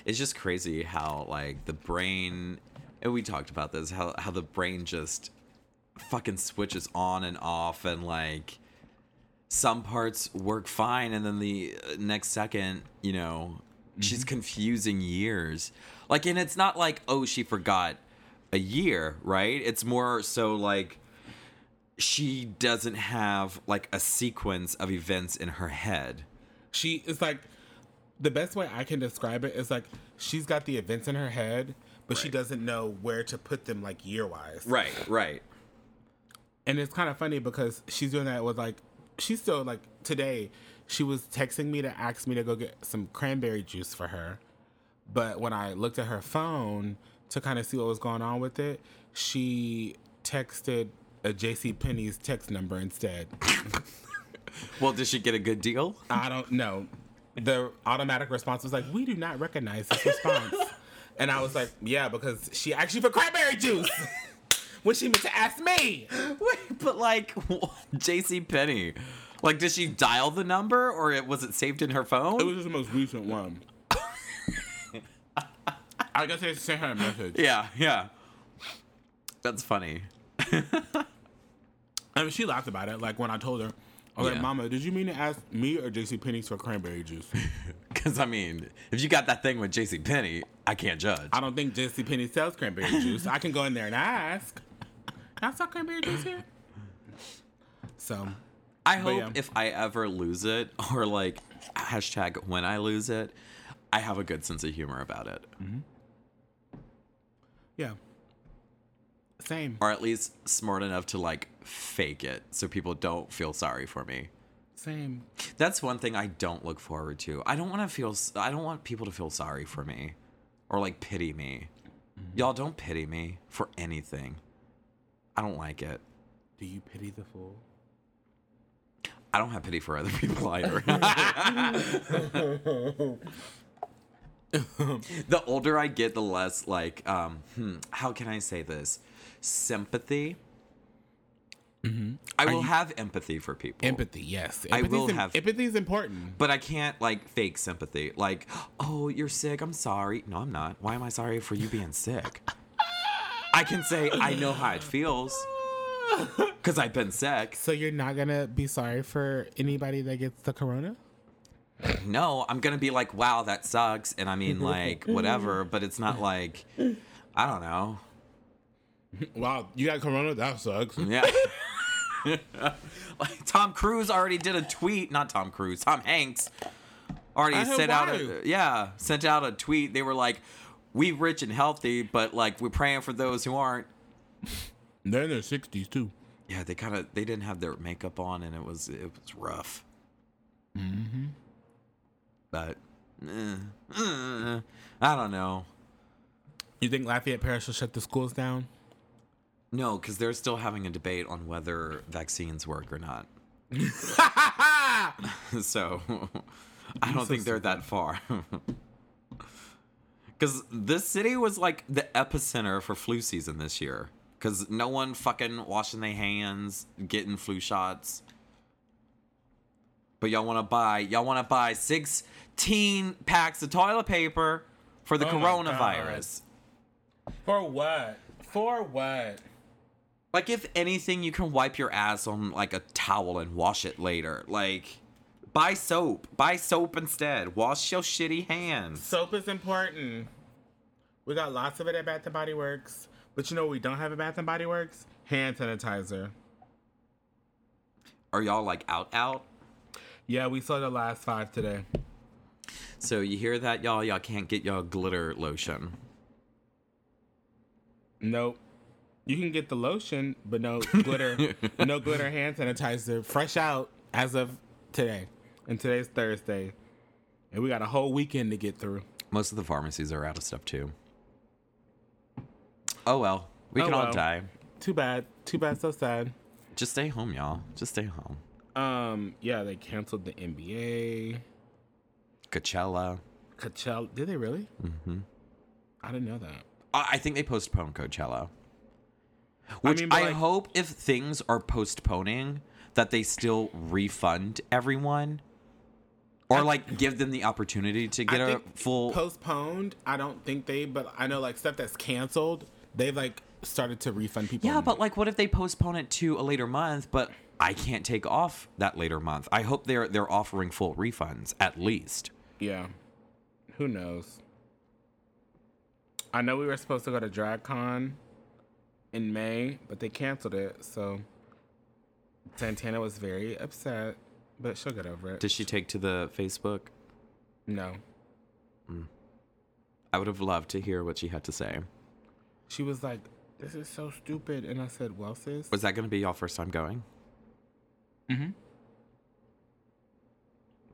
[SPEAKER 1] it's just crazy how like the brain and we talked about this how how the brain just fucking switches on and off and like some parts work fine and then the uh, next second you know she's confusing years like and it's not like oh she forgot a year right it's more so like she doesn't have like a sequence of events in her head
[SPEAKER 2] she is like the best way I can describe it is like she's got the events in her head, but she
[SPEAKER 1] Right.
[SPEAKER 2] doesn't know where to put them like year wise.
[SPEAKER 1] right right
[SPEAKER 2] And it's kind of funny because she's doing that with like she's still like today she was texting me to ask me to go get some cranberry juice for her. But when I looked at her phone to kind of see what was going on with it, she texted a JC Penney's text number instead.
[SPEAKER 1] well did she get a good deal
[SPEAKER 2] I don't know. The automatic response was like, "We do not recognize this response." and I was like, "Yeah, because she asked you for cranberry juice." When she meant to ask me,
[SPEAKER 1] Wait, but like JC Penny. Like did she dial the number or it was it saved in her phone?
[SPEAKER 2] It was just the most recent one. I guess I sent her a message.
[SPEAKER 1] yeah, yeah. That's funny.
[SPEAKER 2] I mean, she laughed about it. Like when I told her, I was
[SPEAKER 1] Yeah.
[SPEAKER 2] like, "Mama, did you mean to ask me or JC Penney's for cranberry juice?"
[SPEAKER 1] Cuz I mean, if you got that thing with JC Penny, I can't judge.
[SPEAKER 2] I don't think JC Penney sells cranberry juice. I can go in there and ask. Can I sell cranberry juice here? So,
[SPEAKER 1] I hope
[SPEAKER 2] yeah.
[SPEAKER 1] if I ever lose it or like hashtag when I lose it, I have a good sense of humor about it.
[SPEAKER 2] Mm-hmm. yeah, same,
[SPEAKER 1] Or at least smart enough to like fake it so people don't feel sorry for me.
[SPEAKER 2] same.
[SPEAKER 1] That's one thing I don't look forward to. I don't want to feel s- I don't want people to feel sorry for me. or like pity me. Y'all don't pity me for anything. I don't like it.
[SPEAKER 2] Do you pity the fool?
[SPEAKER 1] I don't have pity for other people either. the older I get, the less like, um, hmm, how can I say this? Sympathy. I will have empathy for people.
[SPEAKER 2] Empathy, yes.
[SPEAKER 1] I
[SPEAKER 2] Empathy's
[SPEAKER 1] will
[SPEAKER 2] im-
[SPEAKER 1] have-
[SPEAKER 2] empathy is important.
[SPEAKER 1] But I can't like fake sympathy. Like, oh, you're sick. I'm sorry. No, I'm not. Why am I sorry for you being sick? I can say I know how it feels because I've been sick.
[SPEAKER 2] So you're not gonna be sorry for anybody that gets the corona?
[SPEAKER 1] No, I'm gonna be like, wow, that sucks, and I mean like whatever. But it's not like I don't know.
[SPEAKER 2] Wow, you got corona? That sucks.
[SPEAKER 1] Yeah. like Tom Cruise already did a tweet, not Tom Cruise, Tom Hanks already
[SPEAKER 2] I heard
[SPEAKER 1] sent out
[SPEAKER 2] why.
[SPEAKER 1] a yeah, sent out a tweet. They were like, "We rich and healthy, but like we're praying for those who aren't."
[SPEAKER 2] They're in their sixties too.
[SPEAKER 1] Yeah, they kind of they didn't have their makeup on and it was it was rough. Mhm. But eh, eh, I don't know.
[SPEAKER 2] You think Lafayette Parish will shut the schools down?
[SPEAKER 1] No, cuz they're still having a debate on whether vaccines work or not. so I don't think they're that far. Because this city was like the epicenter for flu season this year. Because no one fucking washing their hands, getting flu shots. But y'all want to buy, y'all want to buy 16 packs of toilet paper for the
[SPEAKER 2] Oh my God.
[SPEAKER 1] coronavirus.
[SPEAKER 2] For what? For what?
[SPEAKER 1] Like, if anything, you can wipe your ass on like a towel and wash it later. Like, buy soap. Buy soap instead. Wash your shitty hands.
[SPEAKER 2] Soap is important. We got lots of it at Bath and Body Works, but you know what we don't have at Bath and Body Works? Hand sanitizer.
[SPEAKER 1] Are y'all like out out?
[SPEAKER 2] Yeah, we saw the last five today.
[SPEAKER 1] So you hear that, y'all? Y'all can't get y'all glitter lotion.
[SPEAKER 2] Nope. You can get the lotion, but no glitter, no glitter hand sanitizer. Fresh out as of today, and today's Thursday, and we got a whole weekend to get through.
[SPEAKER 1] Most of the pharmacies are out of stuff too. Oh well, we
[SPEAKER 2] Oh,
[SPEAKER 1] can all
[SPEAKER 2] well.
[SPEAKER 1] die.
[SPEAKER 2] Too bad. Too bad. So sad.
[SPEAKER 1] Just stay home, y'all. Just stay home.
[SPEAKER 2] Um. Yeah, they canceled the NBA.
[SPEAKER 1] Coachella.
[SPEAKER 2] Coachella. Did they really? Mm-hmm. I didn't know that.
[SPEAKER 1] I I think they postponed Coachella. Which I,
[SPEAKER 2] mean, but like-
[SPEAKER 1] hope if things are postponing that they still refund everyone or like give them the opportunity to get
[SPEAKER 2] I
[SPEAKER 1] a
[SPEAKER 2] think
[SPEAKER 1] full
[SPEAKER 2] postponed. I don't think they, but I know like stuff that's canceled. They've like started to refund people.
[SPEAKER 1] Yeah, but like what if they postpone it to a later month but I can't take off that later month. I hope they're they're offering full refunds at least.
[SPEAKER 2] Yeah. Who knows? I know we were supposed to go to DragCon in May, but they canceled it. So Santana was very upset, but she'll get over it.
[SPEAKER 1] Did she take to the Facebook?
[SPEAKER 2] no.
[SPEAKER 1] I would have loved to hear what she had to say.
[SPEAKER 2] She was like, this is so stupid. And I said, well, sis.
[SPEAKER 1] Was that going to be y'all first time going?
[SPEAKER 2] Mhm.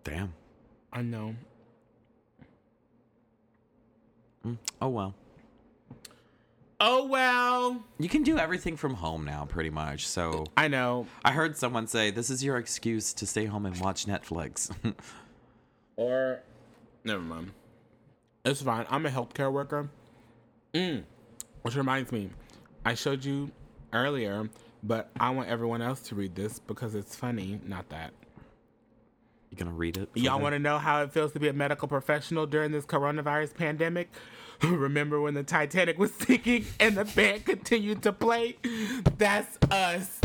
[SPEAKER 1] Damn.
[SPEAKER 2] I know.
[SPEAKER 1] Oh well.
[SPEAKER 2] Oh, well.
[SPEAKER 1] You can do everything from home now, pretty much. So
[SPEAKER 2] I know.
[SPEAKER 1] I heard someone say this is your excuse to stay home and watch Netflix.
[SPEAKER 2] Or never mind. It's fine. I'm a healthcare worker. Mm. Which reminds me, I showed you earlier, but I want everyone else to read this because it's funny. Not that.
[SPEAKER 1] you gonna read it?
[SPEAKER 2] Y'all want to know how it feels to be a medical professional during this coronavirus pandemic? Remember when the Titanic was sinking and the band continued to play? That's us.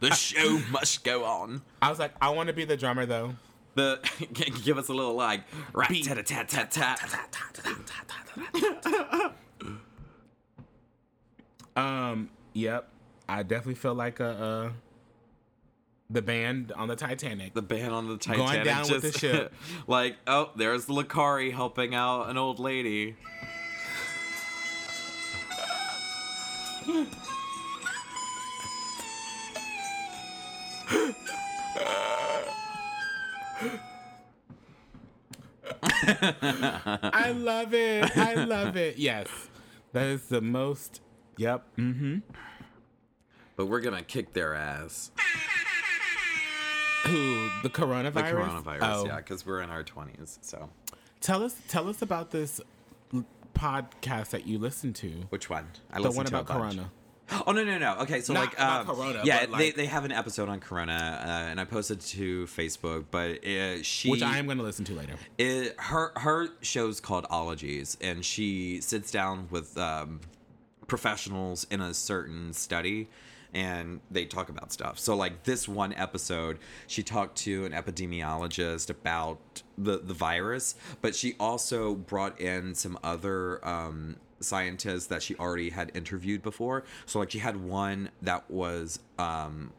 [SPEAKER 1] the show must go on.
[SPEAKER 2] I was like, I want to be the drummer though.
[SPEAKER 1] The give us a little like rat tat tat tat tat.
[SPEAKER 2] Um. Yep. I definitely feel like a uh, the band on the Titanic.
[SPEAKER 1] The ban on the Titanic.
[SPEAKER 2] down with the
[SPEAKER 1] just-
[SPEAKER 2] ship.
[SPEAKER 1] like oh, there's Lakari helping out an old lady.
[SPEAKER 2] I love it. I love it. Yes. That is the most. Yep. Mm.
[SPEAKER 1] But we're gonna kick their ass.
[SPEAKER 2] Who the coronavirus?
[SPEAKER 1] The coronavirus,
[SPEAKER 2] Oh.
[SPEAKER 1] yeah, because we're in our twenties. So
[SPEAKER 2] Tell us. Tell us about this l- podcast that you listen to.
[SPEAKER 1] which one? I
[SPEAKER 2] The
[SPEAKER 1] listened
[SPEAKER 2] one
[SPEAKER 1] to a
[SPEAKER 2] about
[SPEAKER 1] bunch.
[SPEAKER 2] Corona.
[SPEAKER 1] Oh no no no. Okay, so
[SPEAKER 2] Not-
[SPEAKER 1] like
[SPEAKER 2] not
[SPEAKER 1] um,
[SPEAKER 2] Corona,
[SPEAKER 1] Yeah,
[SPEAKER 2] but,
[SPEAKER 1] they
[SPEAKER 2] like-
[SPEAKER 1] they have an episode on Corona, uh, and I posted to Facebook. But uh, she,
[SPEAKER 2] Which I am going to listen to later.
[SPEAKER 1] it, her her show's called Ologies, and she sits down with um, professionals in a certain study, and they talk about stuff. So like this one episode, she talked to an epidemiologist about the the virus, but she also brought in some other. Um, scientists that she already had interviewed before so like she had one that was um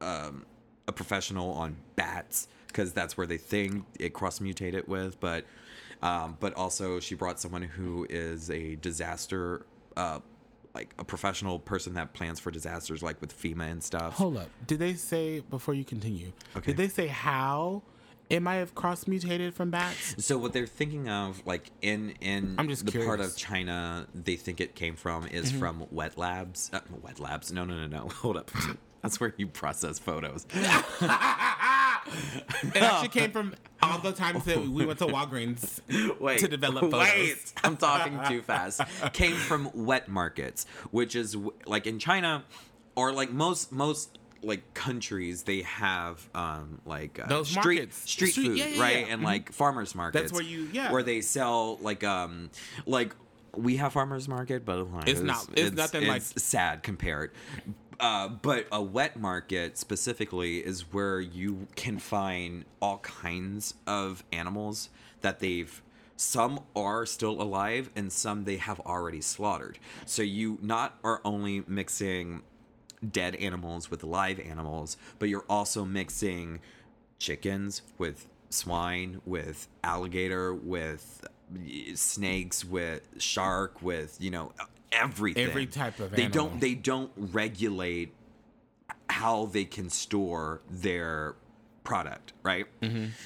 [SPEAKER 1] a professional on bats because that's where they think it cross mutated with. But um, but also she brought someone who is a disaster uh, like a professional person that plans for disasters like with FEMA and stuff.
[SPEAKER 2] Hold up. Did they say before you continue?
[SPEAKER 1] Okay.
[SPEAKER 2] Did they say how it might have cross mutated from bats?
[SPEAKER 1] So what they're thinking of, like in in
[SPEAKER 2] I'm just
[SPEAKER 1] the part
[SPEAKER 2] curious. Mm-hmm.
[SPEAKER 1] of China they think it came from is from wet labs. Uh, wet labs? No, no, no, no. Hold up. That's where you process photos.
[SPEAKER 2] It
[SPEAKER 1] Oh.
[SPEAKER 2] actually came from all the times that we went to Walgreens
[SPEAKER 1] wait,
[SPEAKER 2] to develop photos.
[SPEAKER 1] Wait, I'm talking too fast. Came from wet markets, which is w- like in China, or like most most like countries, they have um like uh,
[SPEAKER 2] Those
[SPEAKER 1] street,
[SPEAKER 2] markets.
[SPEAKER 1] street
[SPEAKER 2] Street-
[SPEAKER 1] food,
[SPEAKER 2] yeah, yeah,
[SPEAKER 1] right,
[SPEAKER 2] yeah. Mm-hmm.
[SPEAKER 1] and like farmers markets.
[SPEAKER 2] where you- yeah.
[SPEAKER 1] where they sell like um like. We have farmers market, but like,
[SPEAKER 2] It's not- it's nothing like-
[SPEAKER 1] sad compared. Uh, but a wet market specifically is where you can find all kinds of animals that they've some are still alive and some they have already slaughtered. So you not are only mixing dead animals with live animals, but you're also mixing chickens with swine, with alligator, with eh, snakes, with shark, with you know everything.
[SPEAKER 2] Every type of
[SPEAKER 1] they
[SPEAKER 2] animal.
[SPEAKER 1] don't they don't regulate how they can store their product, right?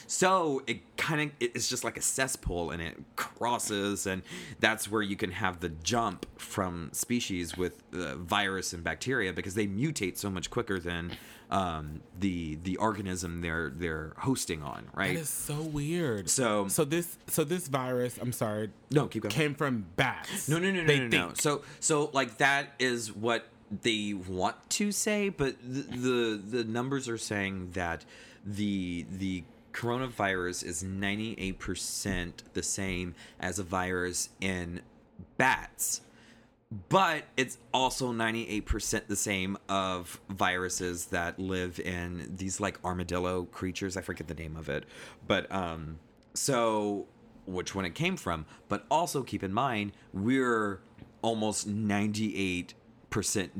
[SPEAKER 1] So it kind of it's just like a cesspool, and it crosses, and that's where you can have the jump from species with uh, virus and bacteria because they mutate so much quicker than um, the the organism they're they're hosting on, right?
[SPEAKER 2] That is so weird.
[SPEAKER 1] So-
[SPEAKER 2] so this so this virus. I'm sorry.
[SPEAKER 1] No, keep going.
[SPEAKER 2] Came from bats.
[SPEAKER 1] No, no, no, no,
[SPEAKER 2] They
[SPEAKER 1] no, no.
[SPEAKER 2] think.
[SPEAKER 1] So, so like that is what they want to say, but the, the the numbers are saying that the the coronavirus is 98% the same as a virus in bats. But it's also 98% the same of viruses that live in these like armadillo creatures. I forget the name of it. But um so which one it came from, but also keep in mind we're almost 98%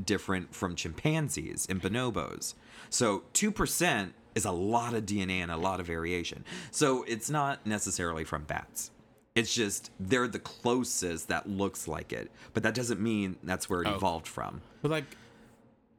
[SPEAKER 1] different from chimpanzees and bonobos. So 2% is a lot of DNA and a lot of variation. So it's not necessarily from bats. It's just they're the closest that looks like it, but that doesn't mean that's where it evolved from.
[SPEAKER 2] But like,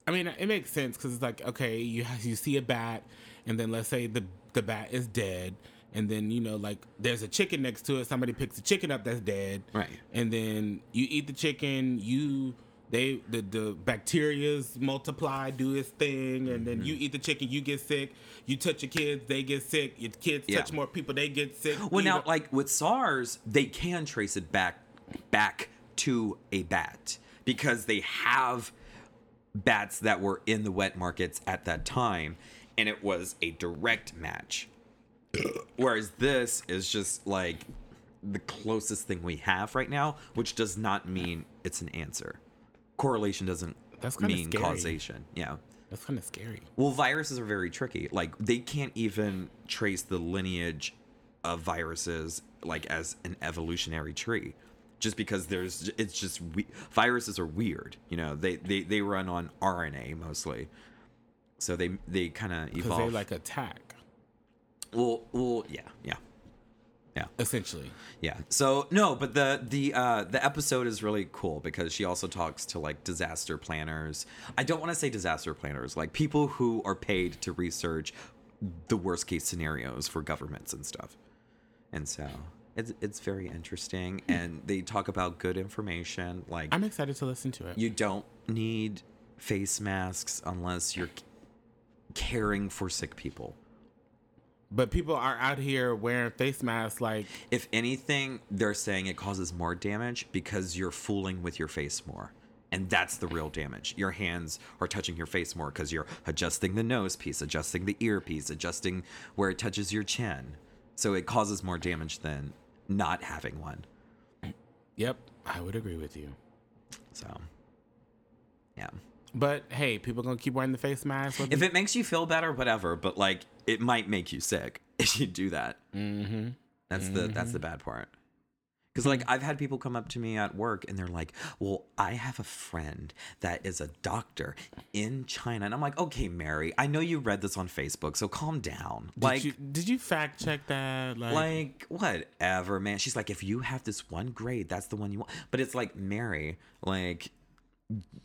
[SPEAKER 2] I mean, it makes sense because it's like, okay, you ha- you see a bat, and then let's say the the bat is dead, and then you know, like, there's a chicken next to it. Somebody picks the chicken up that's dead,
[SPEAKER 1] Right.
[SPEAKER 2] And then you eat the chicken. You they the the bacteria's multiply, do its thing, and then you
[SPEAKER 1] Mm-hmm.
[SPEAKER 2] eat the chicken, you get sick. You touch your kids, they get sick. Your kids
[SPEAKER 1] Yeah.
[SPEAKER 2] touch more people, they get sick.
[SPEAKER 1] Well,
[SPEAKER 2] You
[SPEAKER 1] now
[SPEAKER 2] know-
[SPEAKER 1] like with SARS, they can trace it back back to a bat because they have bats that were in the wet markets at that time, and it was a direct match. Whereas this is just like the closest thing we have right now, which does not mean it's an answer. Correlation doesn't
[SPEAKER 2] That's kinda
[SPEAKER 1] mean
[SPEAKER 2] scary.
[SPEAKER 1] causation. Yeah.
[SPEAKER 2] that's kind of scary.
[SPEAKER 1] Well, viruses are very tricky. Like they can't even trace the lineage of viruses like as an evolutionary tree. Just because there's it's just we, viruses are weird, you know. They they they run on RNA mostly. So they they kind of
[SPEAKER 2] because they
[SPEAKER 1] evolve.
[SPEAKER 2] like attack
[SPEAKER 1] well, well, yeah, yeah.
[SPEAKER 2] essentially.
[SPEAKER 1] Yeah. So no, but the the uh, the episode is really cool because she also talks to like disaster planners. I don't want to say disaster planners, like people who are paid to research the worst case scenarios for governments and stuff. And so It's it's very interesting, and they talk about good information. Like
[SPEAKER 2] I'm excited to listen to it.
[SPEAKER 1] you don't need face masks unless you're c- caring for sick people.
[SPEAKER 2] but people are out here wearing face masks like
[SPEAKER 1] If anything, they're saying it causes more damage because you're fooling with your face more. And that's the real damage. Your hands are touching your face more because you're adjusting the nose piece, adjusting the ear piece, adjusting where it touches your chin. So it causes more damage than not having one.
[SPEAKER 2] Yep, I would agree with you.
[SPEAKER 1] So, yeah.
[SPEAKER 2] But hey, people gonna keep wearing the face mask.
[SPEAKER 1] If it makes you feel better, whatever. But like, it might make you sick if you do that.
[SPEAKER 2] mm-hmm.
[SPEAKER 1] That's the that's the bad part. Because like I've had people come up to me at work and they're like, "Well, I have a friend that is a doctor in China," and I'm like, "Okay, Mary, I know you read this on Facebook, so calm down." like,
[SPEAKER 2] did you, did you fact check that? Like,
[SPEAKER 1] like whatever, man. She's like, "If you have this one grade, that's the one you want." But it's like, Mary, like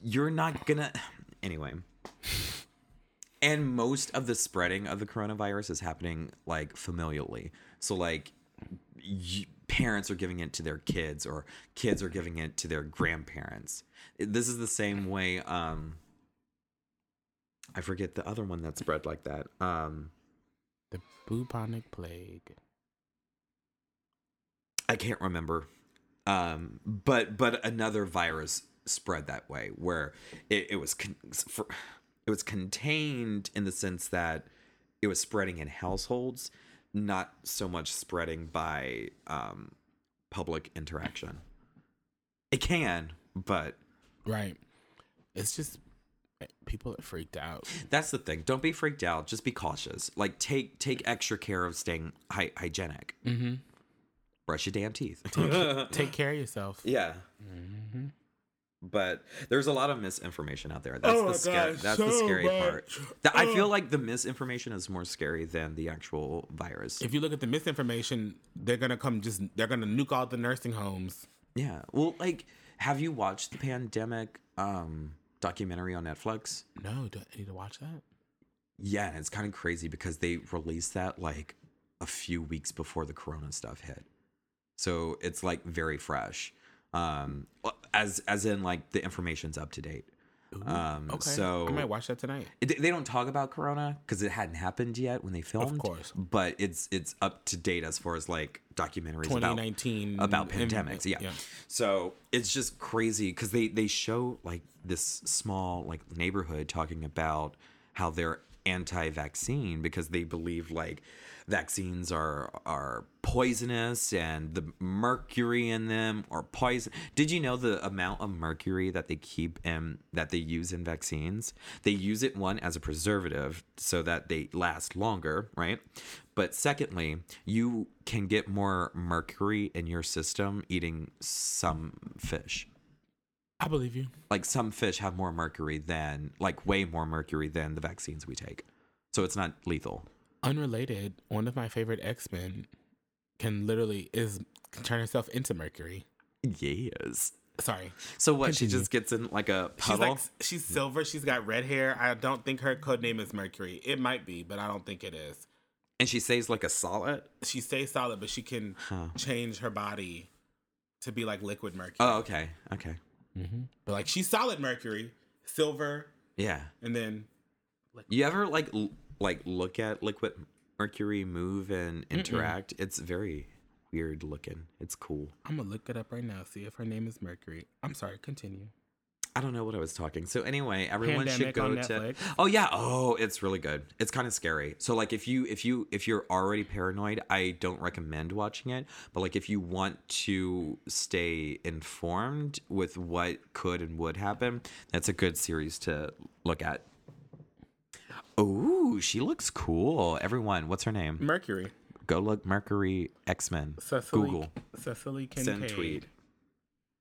[SPEAKER 1] you're not gonna anyway. And most of the spreading of the coronavirus is happening like familially. So like y- parents are giving it to their kids or kids are giving it to their grandparents. This is the same way um I forget the other one that spread like that. Um
[SPEAKER 2] the bubonic plague.
[SPEAKER 1] I can't remember. Um, but but another virus spread that way, where it, it was con- for, it was contained in the sense that it was spreading in households, not so much spreading by um, public interaction. It can, but
[SPEAKER 2] Right. It's just eh, people are freaked out.
[SPEAKER 1] that's the thing. Don't be freaked out. Just be cautious. Like take take extra care of staying hy- hygienic.
[SPEAKER 2] Mm-hmm.
[SPEAKER 1] Brush your damn teeth.
[SPEAKER 2] Take care of yourself.
[SPEAKER 1] Yeah.
[SPEAKER 2] Mm-hmm.
[SPEAKER 1] But there's a lot of misinformation out there. That's
[SPEAKER 2] Oh my
[SPEAKER 1] the scary.
[SPEAKER 2] gosh,
[SPEAKER 1] that's the
[SPEAKER 2] so
[SPEAKER 1] scary part.
[SPEAKER 2] much. Oh.
[SPEAKER 1] Th- I feel like the misinformation is more scary than the actual virus.
[SPEAKER 2] If you look at the misinformation, they're gonna come. Just they're gonna nuke all the nursing homes.
[SPEAKER 1] yeah. Well, like, have you watched the pandemic um, documentary on Netflix?
[SPEAKER 2] No, do I need to watch that?
[SPEAKER 1] Yeah, and it's kind of crazy because they released that like a few weeks before the corona stuff hit. So it's like very fresh. Um as as in like the information's up to date. Um so
[SPEAKER 2] I might watch that tonight.
[SPEAKER 1] It, they don't talk about Corona because it hadn't happened yet when they filmed.
[SPEAKER 2] course.
[SPEAKER 1] but it's it's up to date as far as like documentaries about
[SPEAKER 2] 2019
[SPEAKER 1] about
[SPEAKER 2] and-
[SPEAKER 1] pandemics. Yeah.
[SPEAKER 2] yeah.
[SPEAKER 1] so it's just crazy because they they show like this small like neighborhood talking about how they're anti-vaccine because they believe like vaccines are are poisonous and the mercury in them are poison did you know the amount of mercury that they keep in that they use in vaccines they use it one as a preservative so that they last longer right but secondly you can get more mercury in your system eating some fish
[SPEAKER 2] I believe you.
[SPEAKER 1] like some fish have more mercury than like way more mercury than the vaccines we take so it's not lethal
[SPEAKER 2] Unrelated, one of my favorite X Men can literally is can turn herself into Mercury.
[SPEAKER 1] yes
[SPEAKER 2] Sorry,
[SPEAKER 1] so what she
[SPEAKER 2] Continue.
[SPEAKER 1] just gets in like a
[SPEAKER 2] she's
[SPEAKER 1] puddle
[SPEAKER 2] like she's silver. She's got red hair. I don't think her code name is Mercury. It might be, but I don't think it is.
[SPEAKER 1] and she saves like a solid
[SPEAKER 2] She stays solid, but she can
[SPEAKER 1] Huh.
[SPEAKER 2] change her body to be like liquid Mercury.
[SPEAKER 1] oh okay okay
[SPEAKER 2] But like she's solid Mercury, silver,
[SPEAKER 1] yeah
[SPEAKER 2] and then
[SPEAKER 1] you ever like l- like look at liquid mercury move and interact it's very weird looking it's cool
[SPEAKER 2] I'm gonna look it up right now. See if her name is Mercury. I'm sorry. Continue.
[SPEAKER 1] I don't know what I was talking. So anyway, everyone should
[SPEAKER 2] Pandemic
[SPEAKER 1] go
[SPEAKER 2] on
[SPEAKER 1] to.
[SPEAKER 2] Netflix.
[SPEAKER 1] Oh yeah. Oh, it's really good. It's kind of scary. So like, if you if you if you're already paranoid, I don't recommend watching it. But like, if you want to stay informed with what could and would happen, that's a good series to look at. Oh, she looks cool. Everyone, what's her name?
[SPEAKER 2] Mercury.
[SPEAKER 1] Go look Mercury X Men.
[SPEAKER 2] Cecily.
[SPEAKER 1] Google
[SPEAKER 2] Cecily Kincaid.
[SPEAKER 1] send tweet.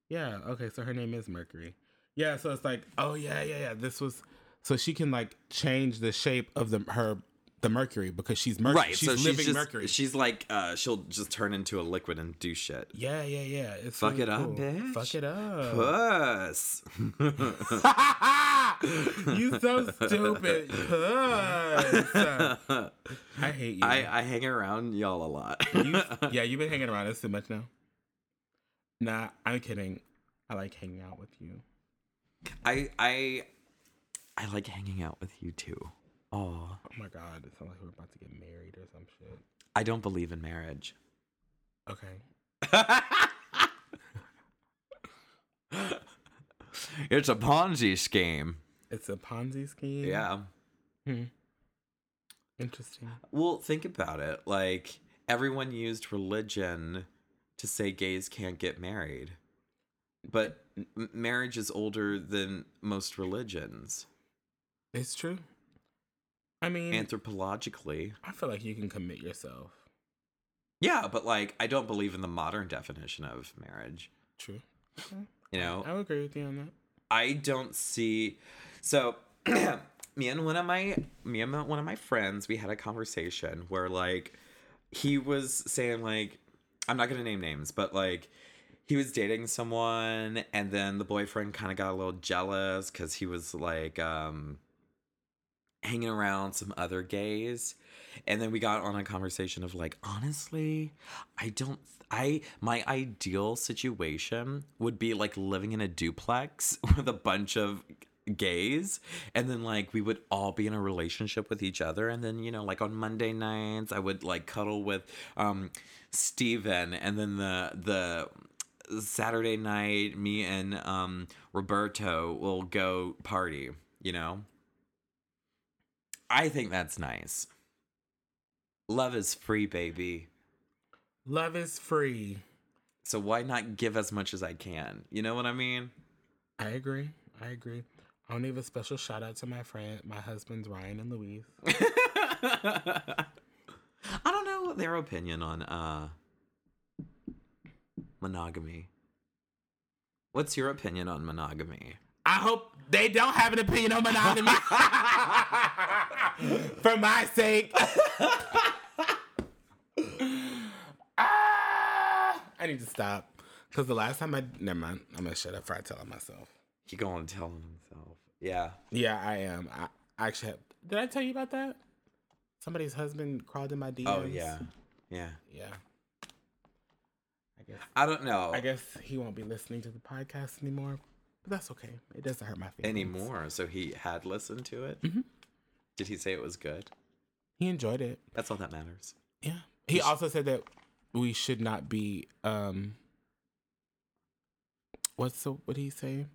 [SPEAKER 2] Yeah. Okay. So her name is Mercury. Yeah. So it's like, oh yeah, yeah, yeah. This was so she can like change the shape of the her the Mercury because she's Mercury.
[SPEAKER 1] Right,
[SPEAKER 2] She's
[SPEAKER 1] so
[SPEAKER 2] living
[SPEAKER 1] she's just,
[SPEAKER 2] Mercury.
[SPEAKER 1] she's like, uh, she'll just turn into a liquid and do shit.
[SPEAKER 2] yeah, yeah, yeah. It's
[SPEAKER 1] Fuck
[SPEAKER 2] really
[SPEAKER 1] it up,
[SPEAKER 2] cool.
[SPEAKER 1] bitch.
[SPEAKER 2] Fuck it up.
[SPEAKER 1] Puss.
[SPEAKER 2] you so stupid. Puss. Yes. I hate you.
[SPEAKER 1] I, uh, I hang around y'all a lot.
[SPEAKER 2] you. Yeah, you've been hanging around us too much now. Nah, I'm kidding. I like hanging out with you.
[SPEAKER 1] I I I like hanging out with you too. Oh,
[SPEAKER 2] Oh my god, it sounds like we're about to get married or some shit.
[SPEAKER 1] I don't believe in marriage.
[SPEAKER 2] Okay.
[SPEAKER 1] It's a Ponzi scheme.
[SPEAKER 2] It's a Ponzi scheme.
[SPEAKER 1] Yeah.
[SPEAKER 2] Interesting.
[SPEAKER 1] Well, think about it. Like everyone used religion to say gays can't get married. But m- marriage is older than most religions.
[SPEAKER 2] It's true. I mean,
[SPEAKER 1] Anthropologically.
[SPEAKER 2] I feel like you can commit yourself.
[SPEAKER 1] Yeah, but like I don't believe in the modern definition of marriage.
[SPEAKER 2] True.
[SPEAKER 1] You know,
[SPEAKER 2] I would agree with you on that.
[SPEAKER 1] I don't see. So, me and one of my me and my- one of my friends, we had a conversation where like he was saying like I'm not gonna name names, but like he was dating someone, and then the boyfriend kind of got a little jealous because he was like um hanging around some other gays and then we got on a conversation of like honestly i don't i my ideal situation would be like living in a duplex with a bunch of gays and then like we would all be in a relationship with each other and then you know like on monday nights i would like cuddle with um steven and then the the saturday night me and um roberto will go party you know I think that's nice. Love is free, baby.
[SPEAKER 2] Love is free.
[SPEAKER 1] So why not give as much as I can? You know what I mean?
[SPEAKER 2] I agree. I agree. I want to give a special shout out to my friend, my husbands Ryan and Louise.
[SPEAKER 1] I don't know their opinion on uh monogamy. What's your opinion on monogamy?
[SPEAKER 2] I hope they don't have an opinion on monogamy. For my sake. Ah, I need to stop. Because the last time I. Never mind. I'm going to shut up before I tell on myself.
[SPEAKER 1] He gonna tell on himself. Yeah.
[SPEAKER 2] Yeah, I am. I I actually have, Did I tell you about that? Somebody's husband crawled in my DMs.
[SPEAKER 1] Oh yeah. Yeah.
[SPEAKER 2] Yeah. I guess.
[SPEAKER 1] I don't know.
[SPEAKER 2] I guess he won't be listening to the podcast anymore, but that's okay. It Mm-hmm. doesn't hurt my feelings
[SPEAKER 1] anymore. So he had listened to it. Did he say it was good?
[SPEAKER 2] He enjoyed it.
[SPEAKER 1] That's all that matters.
[SPEAKER 2] Yeah. He also said that we should not be um what's the what did he say?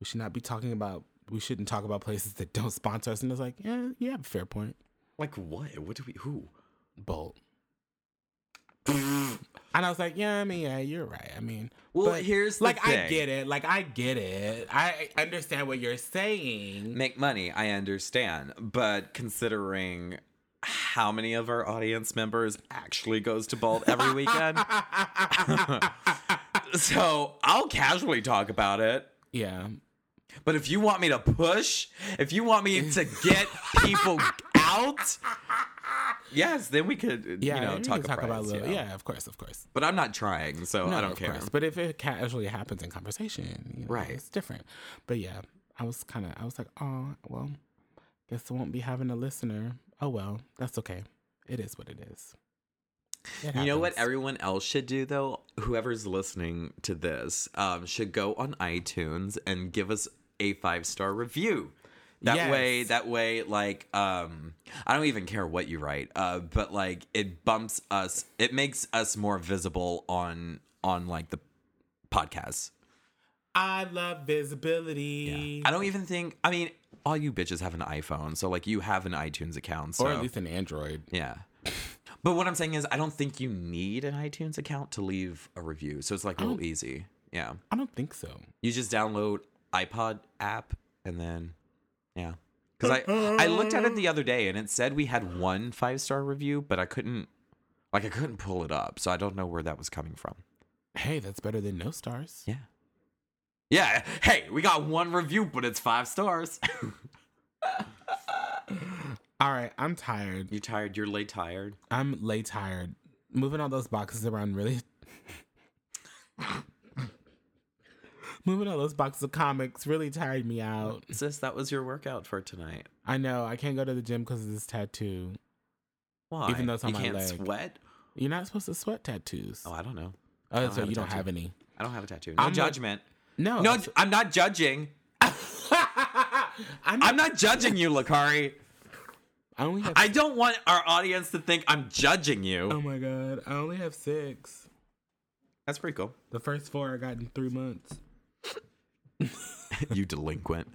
[SPEAKER 2] We should not be talking about we shouldn't talk about places that don't sponsor us and it's like, yeah, you have a fair point.
[SPEAKER 1] Like what? What do we who?
[SPEAKER 2] Bolt. and I was like, yeah, I mean, yeah, you're right. I mean,
[SPEAKER 1] Well, here's the
[SPEAKER 2] like I
[SPEAKER 1] thing.
[SPEAKER 2] get it. Like I get it. I understand what you're saying.
[SPEAKER 1] make money, I understand. But considering how many of our audience members actually goes to Bald every weekend, so I'll casually talk about it.
[SPEAKER 2] Yeah.
[SPEAKER 1] But if you want me to push, if you want me to get people out, yes, then we could,
[SPEAKER 2] Yeah.
[SPEAKER 1] you know,
[SPEAKER 2] we
[SPEAKER 1] talk,
[SPEAKER 2] can
[SPEAKER 1] about
[SPEAKER 2] talk about a
[SPEAKER 1] price,
[SPEAKER 2] little.
[SPEAKER 1] yeah.
[SPEAKER 2] Yeah, of course, of course.
[SPEAKER 1] But I'm not trying, so I
[SPEAKER 2] No,
[SPEAKER 1] don't
[SPEAKER 2] of
[SPEAKER 1] care.
[SPEAKER 2] course. But if it casually happens in conversation, you know,
[SPEAKER 1] Right.
[SPEAKER 2] it's different. But yeah, I was kind of, I was like, oh, well, guess I won't be having a listener. Oh, well, that's okay. It is what it is. It
[SPEAKER 1] You know what
[SPEAKER 2] happens.
[SPEAKER 1] everyone else should do though? Whoever's listening to this um, should go on iTunes and give us a five star review. That way,
[SPEAKER 2] Yes.
[SPEAKER 1] that way, like, um, I don't even care what you write, uh, but like, it bumps us, it makes us more visible on on like the podcast.
[SPEAKER 2] I love visibility.
[SPEAKER 1] I don't even think. I mean, all you bitches have an iPhone, so like, you have an iTunes account, so
[SPEAKER 2] Or at least an Android.
[SPEAKER 1] Yeah. But what I'm saying is, I don't think you need an iTunes account to leave a review. So it's like
[SPEAKER 2] Oh.
[SPEAKER 1] real easy. Yeah.
[SPEAKER 2] I don't think so.
[SPEAKER 1] You just download iPod app and then, yeah. Because I, I looked at it the other day and it said we had one five star review, but I couldn't, like, I couldn't pull it up. So I don't know where that was coming from.
[SPEAKER 2] Hey, that's better than no stars.
[SPEAKER 1] Yeah. Yeah. Hey, we got one review, but it's five stars.
[SPEAKER 2] All right, I'm tired.
[SPEAKER 1] you tired? You're late tired.
[SPEAKER 2] I'm lay tired. Moving all those boxes around really. Moving all those boxes of comics really tired me out.
[SPEAKER 1] Sis, that was your workout for tonight.
[SPEAKER 2] I know I can't go to the gym because of this tattoo.
[SPEAKER 1] Why?
[SPEAKER 2] Even though it's on
[SPEAKER 1] you
[SPEAKER 2] my
[SPEAKER 1] can't
[SPEAKER 2] leg.
[SPEAKER 1] sweat.
[SPEAKER 2] You're not supposed to sweat tattoos.
[SPEAKER 1] Oh,
[SPEAKER 2] Oh,
[SPEAKER 1] I don't know. I
[SPEAKER 2] so
[SPEAKER 1] don't have a
[SPEAKER 2] you don't
[SPEAKER 1] tattoo.
[SPEAKER 2] have any?
[SPEAKER 1] I don't have a tattoo. No
[SPEAKER 2] I'm a-
[SPEAKER 1] judgment.
[SPEAKER 2] No.
[SPEAKER 1] no,
[SPEAKER 2] that's-
[SPEAKER 1] I'm not judging.
[SPEAKER 2] I'm,
[SPEAKER 1] I'm not judging you, Lakari.
[SPEAKER 2] I only have.
[SPEAKER 1] I don't want our audience to think I'm judging you.
[SPEAKER 2] oh my god! I only have six.
[SPEAKER 1] That's pretty cool.
[SPEAKER 2] The first four I got in three months.
[SPEAKER 1] you delinquent.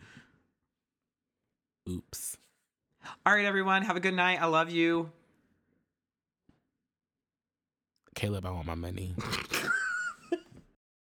[SPEAKER 2] Oops.
[SPEAKER 1] All right, everyone. Have a good night. I love you.
[SPEAKER 2] Caleb, I want my money.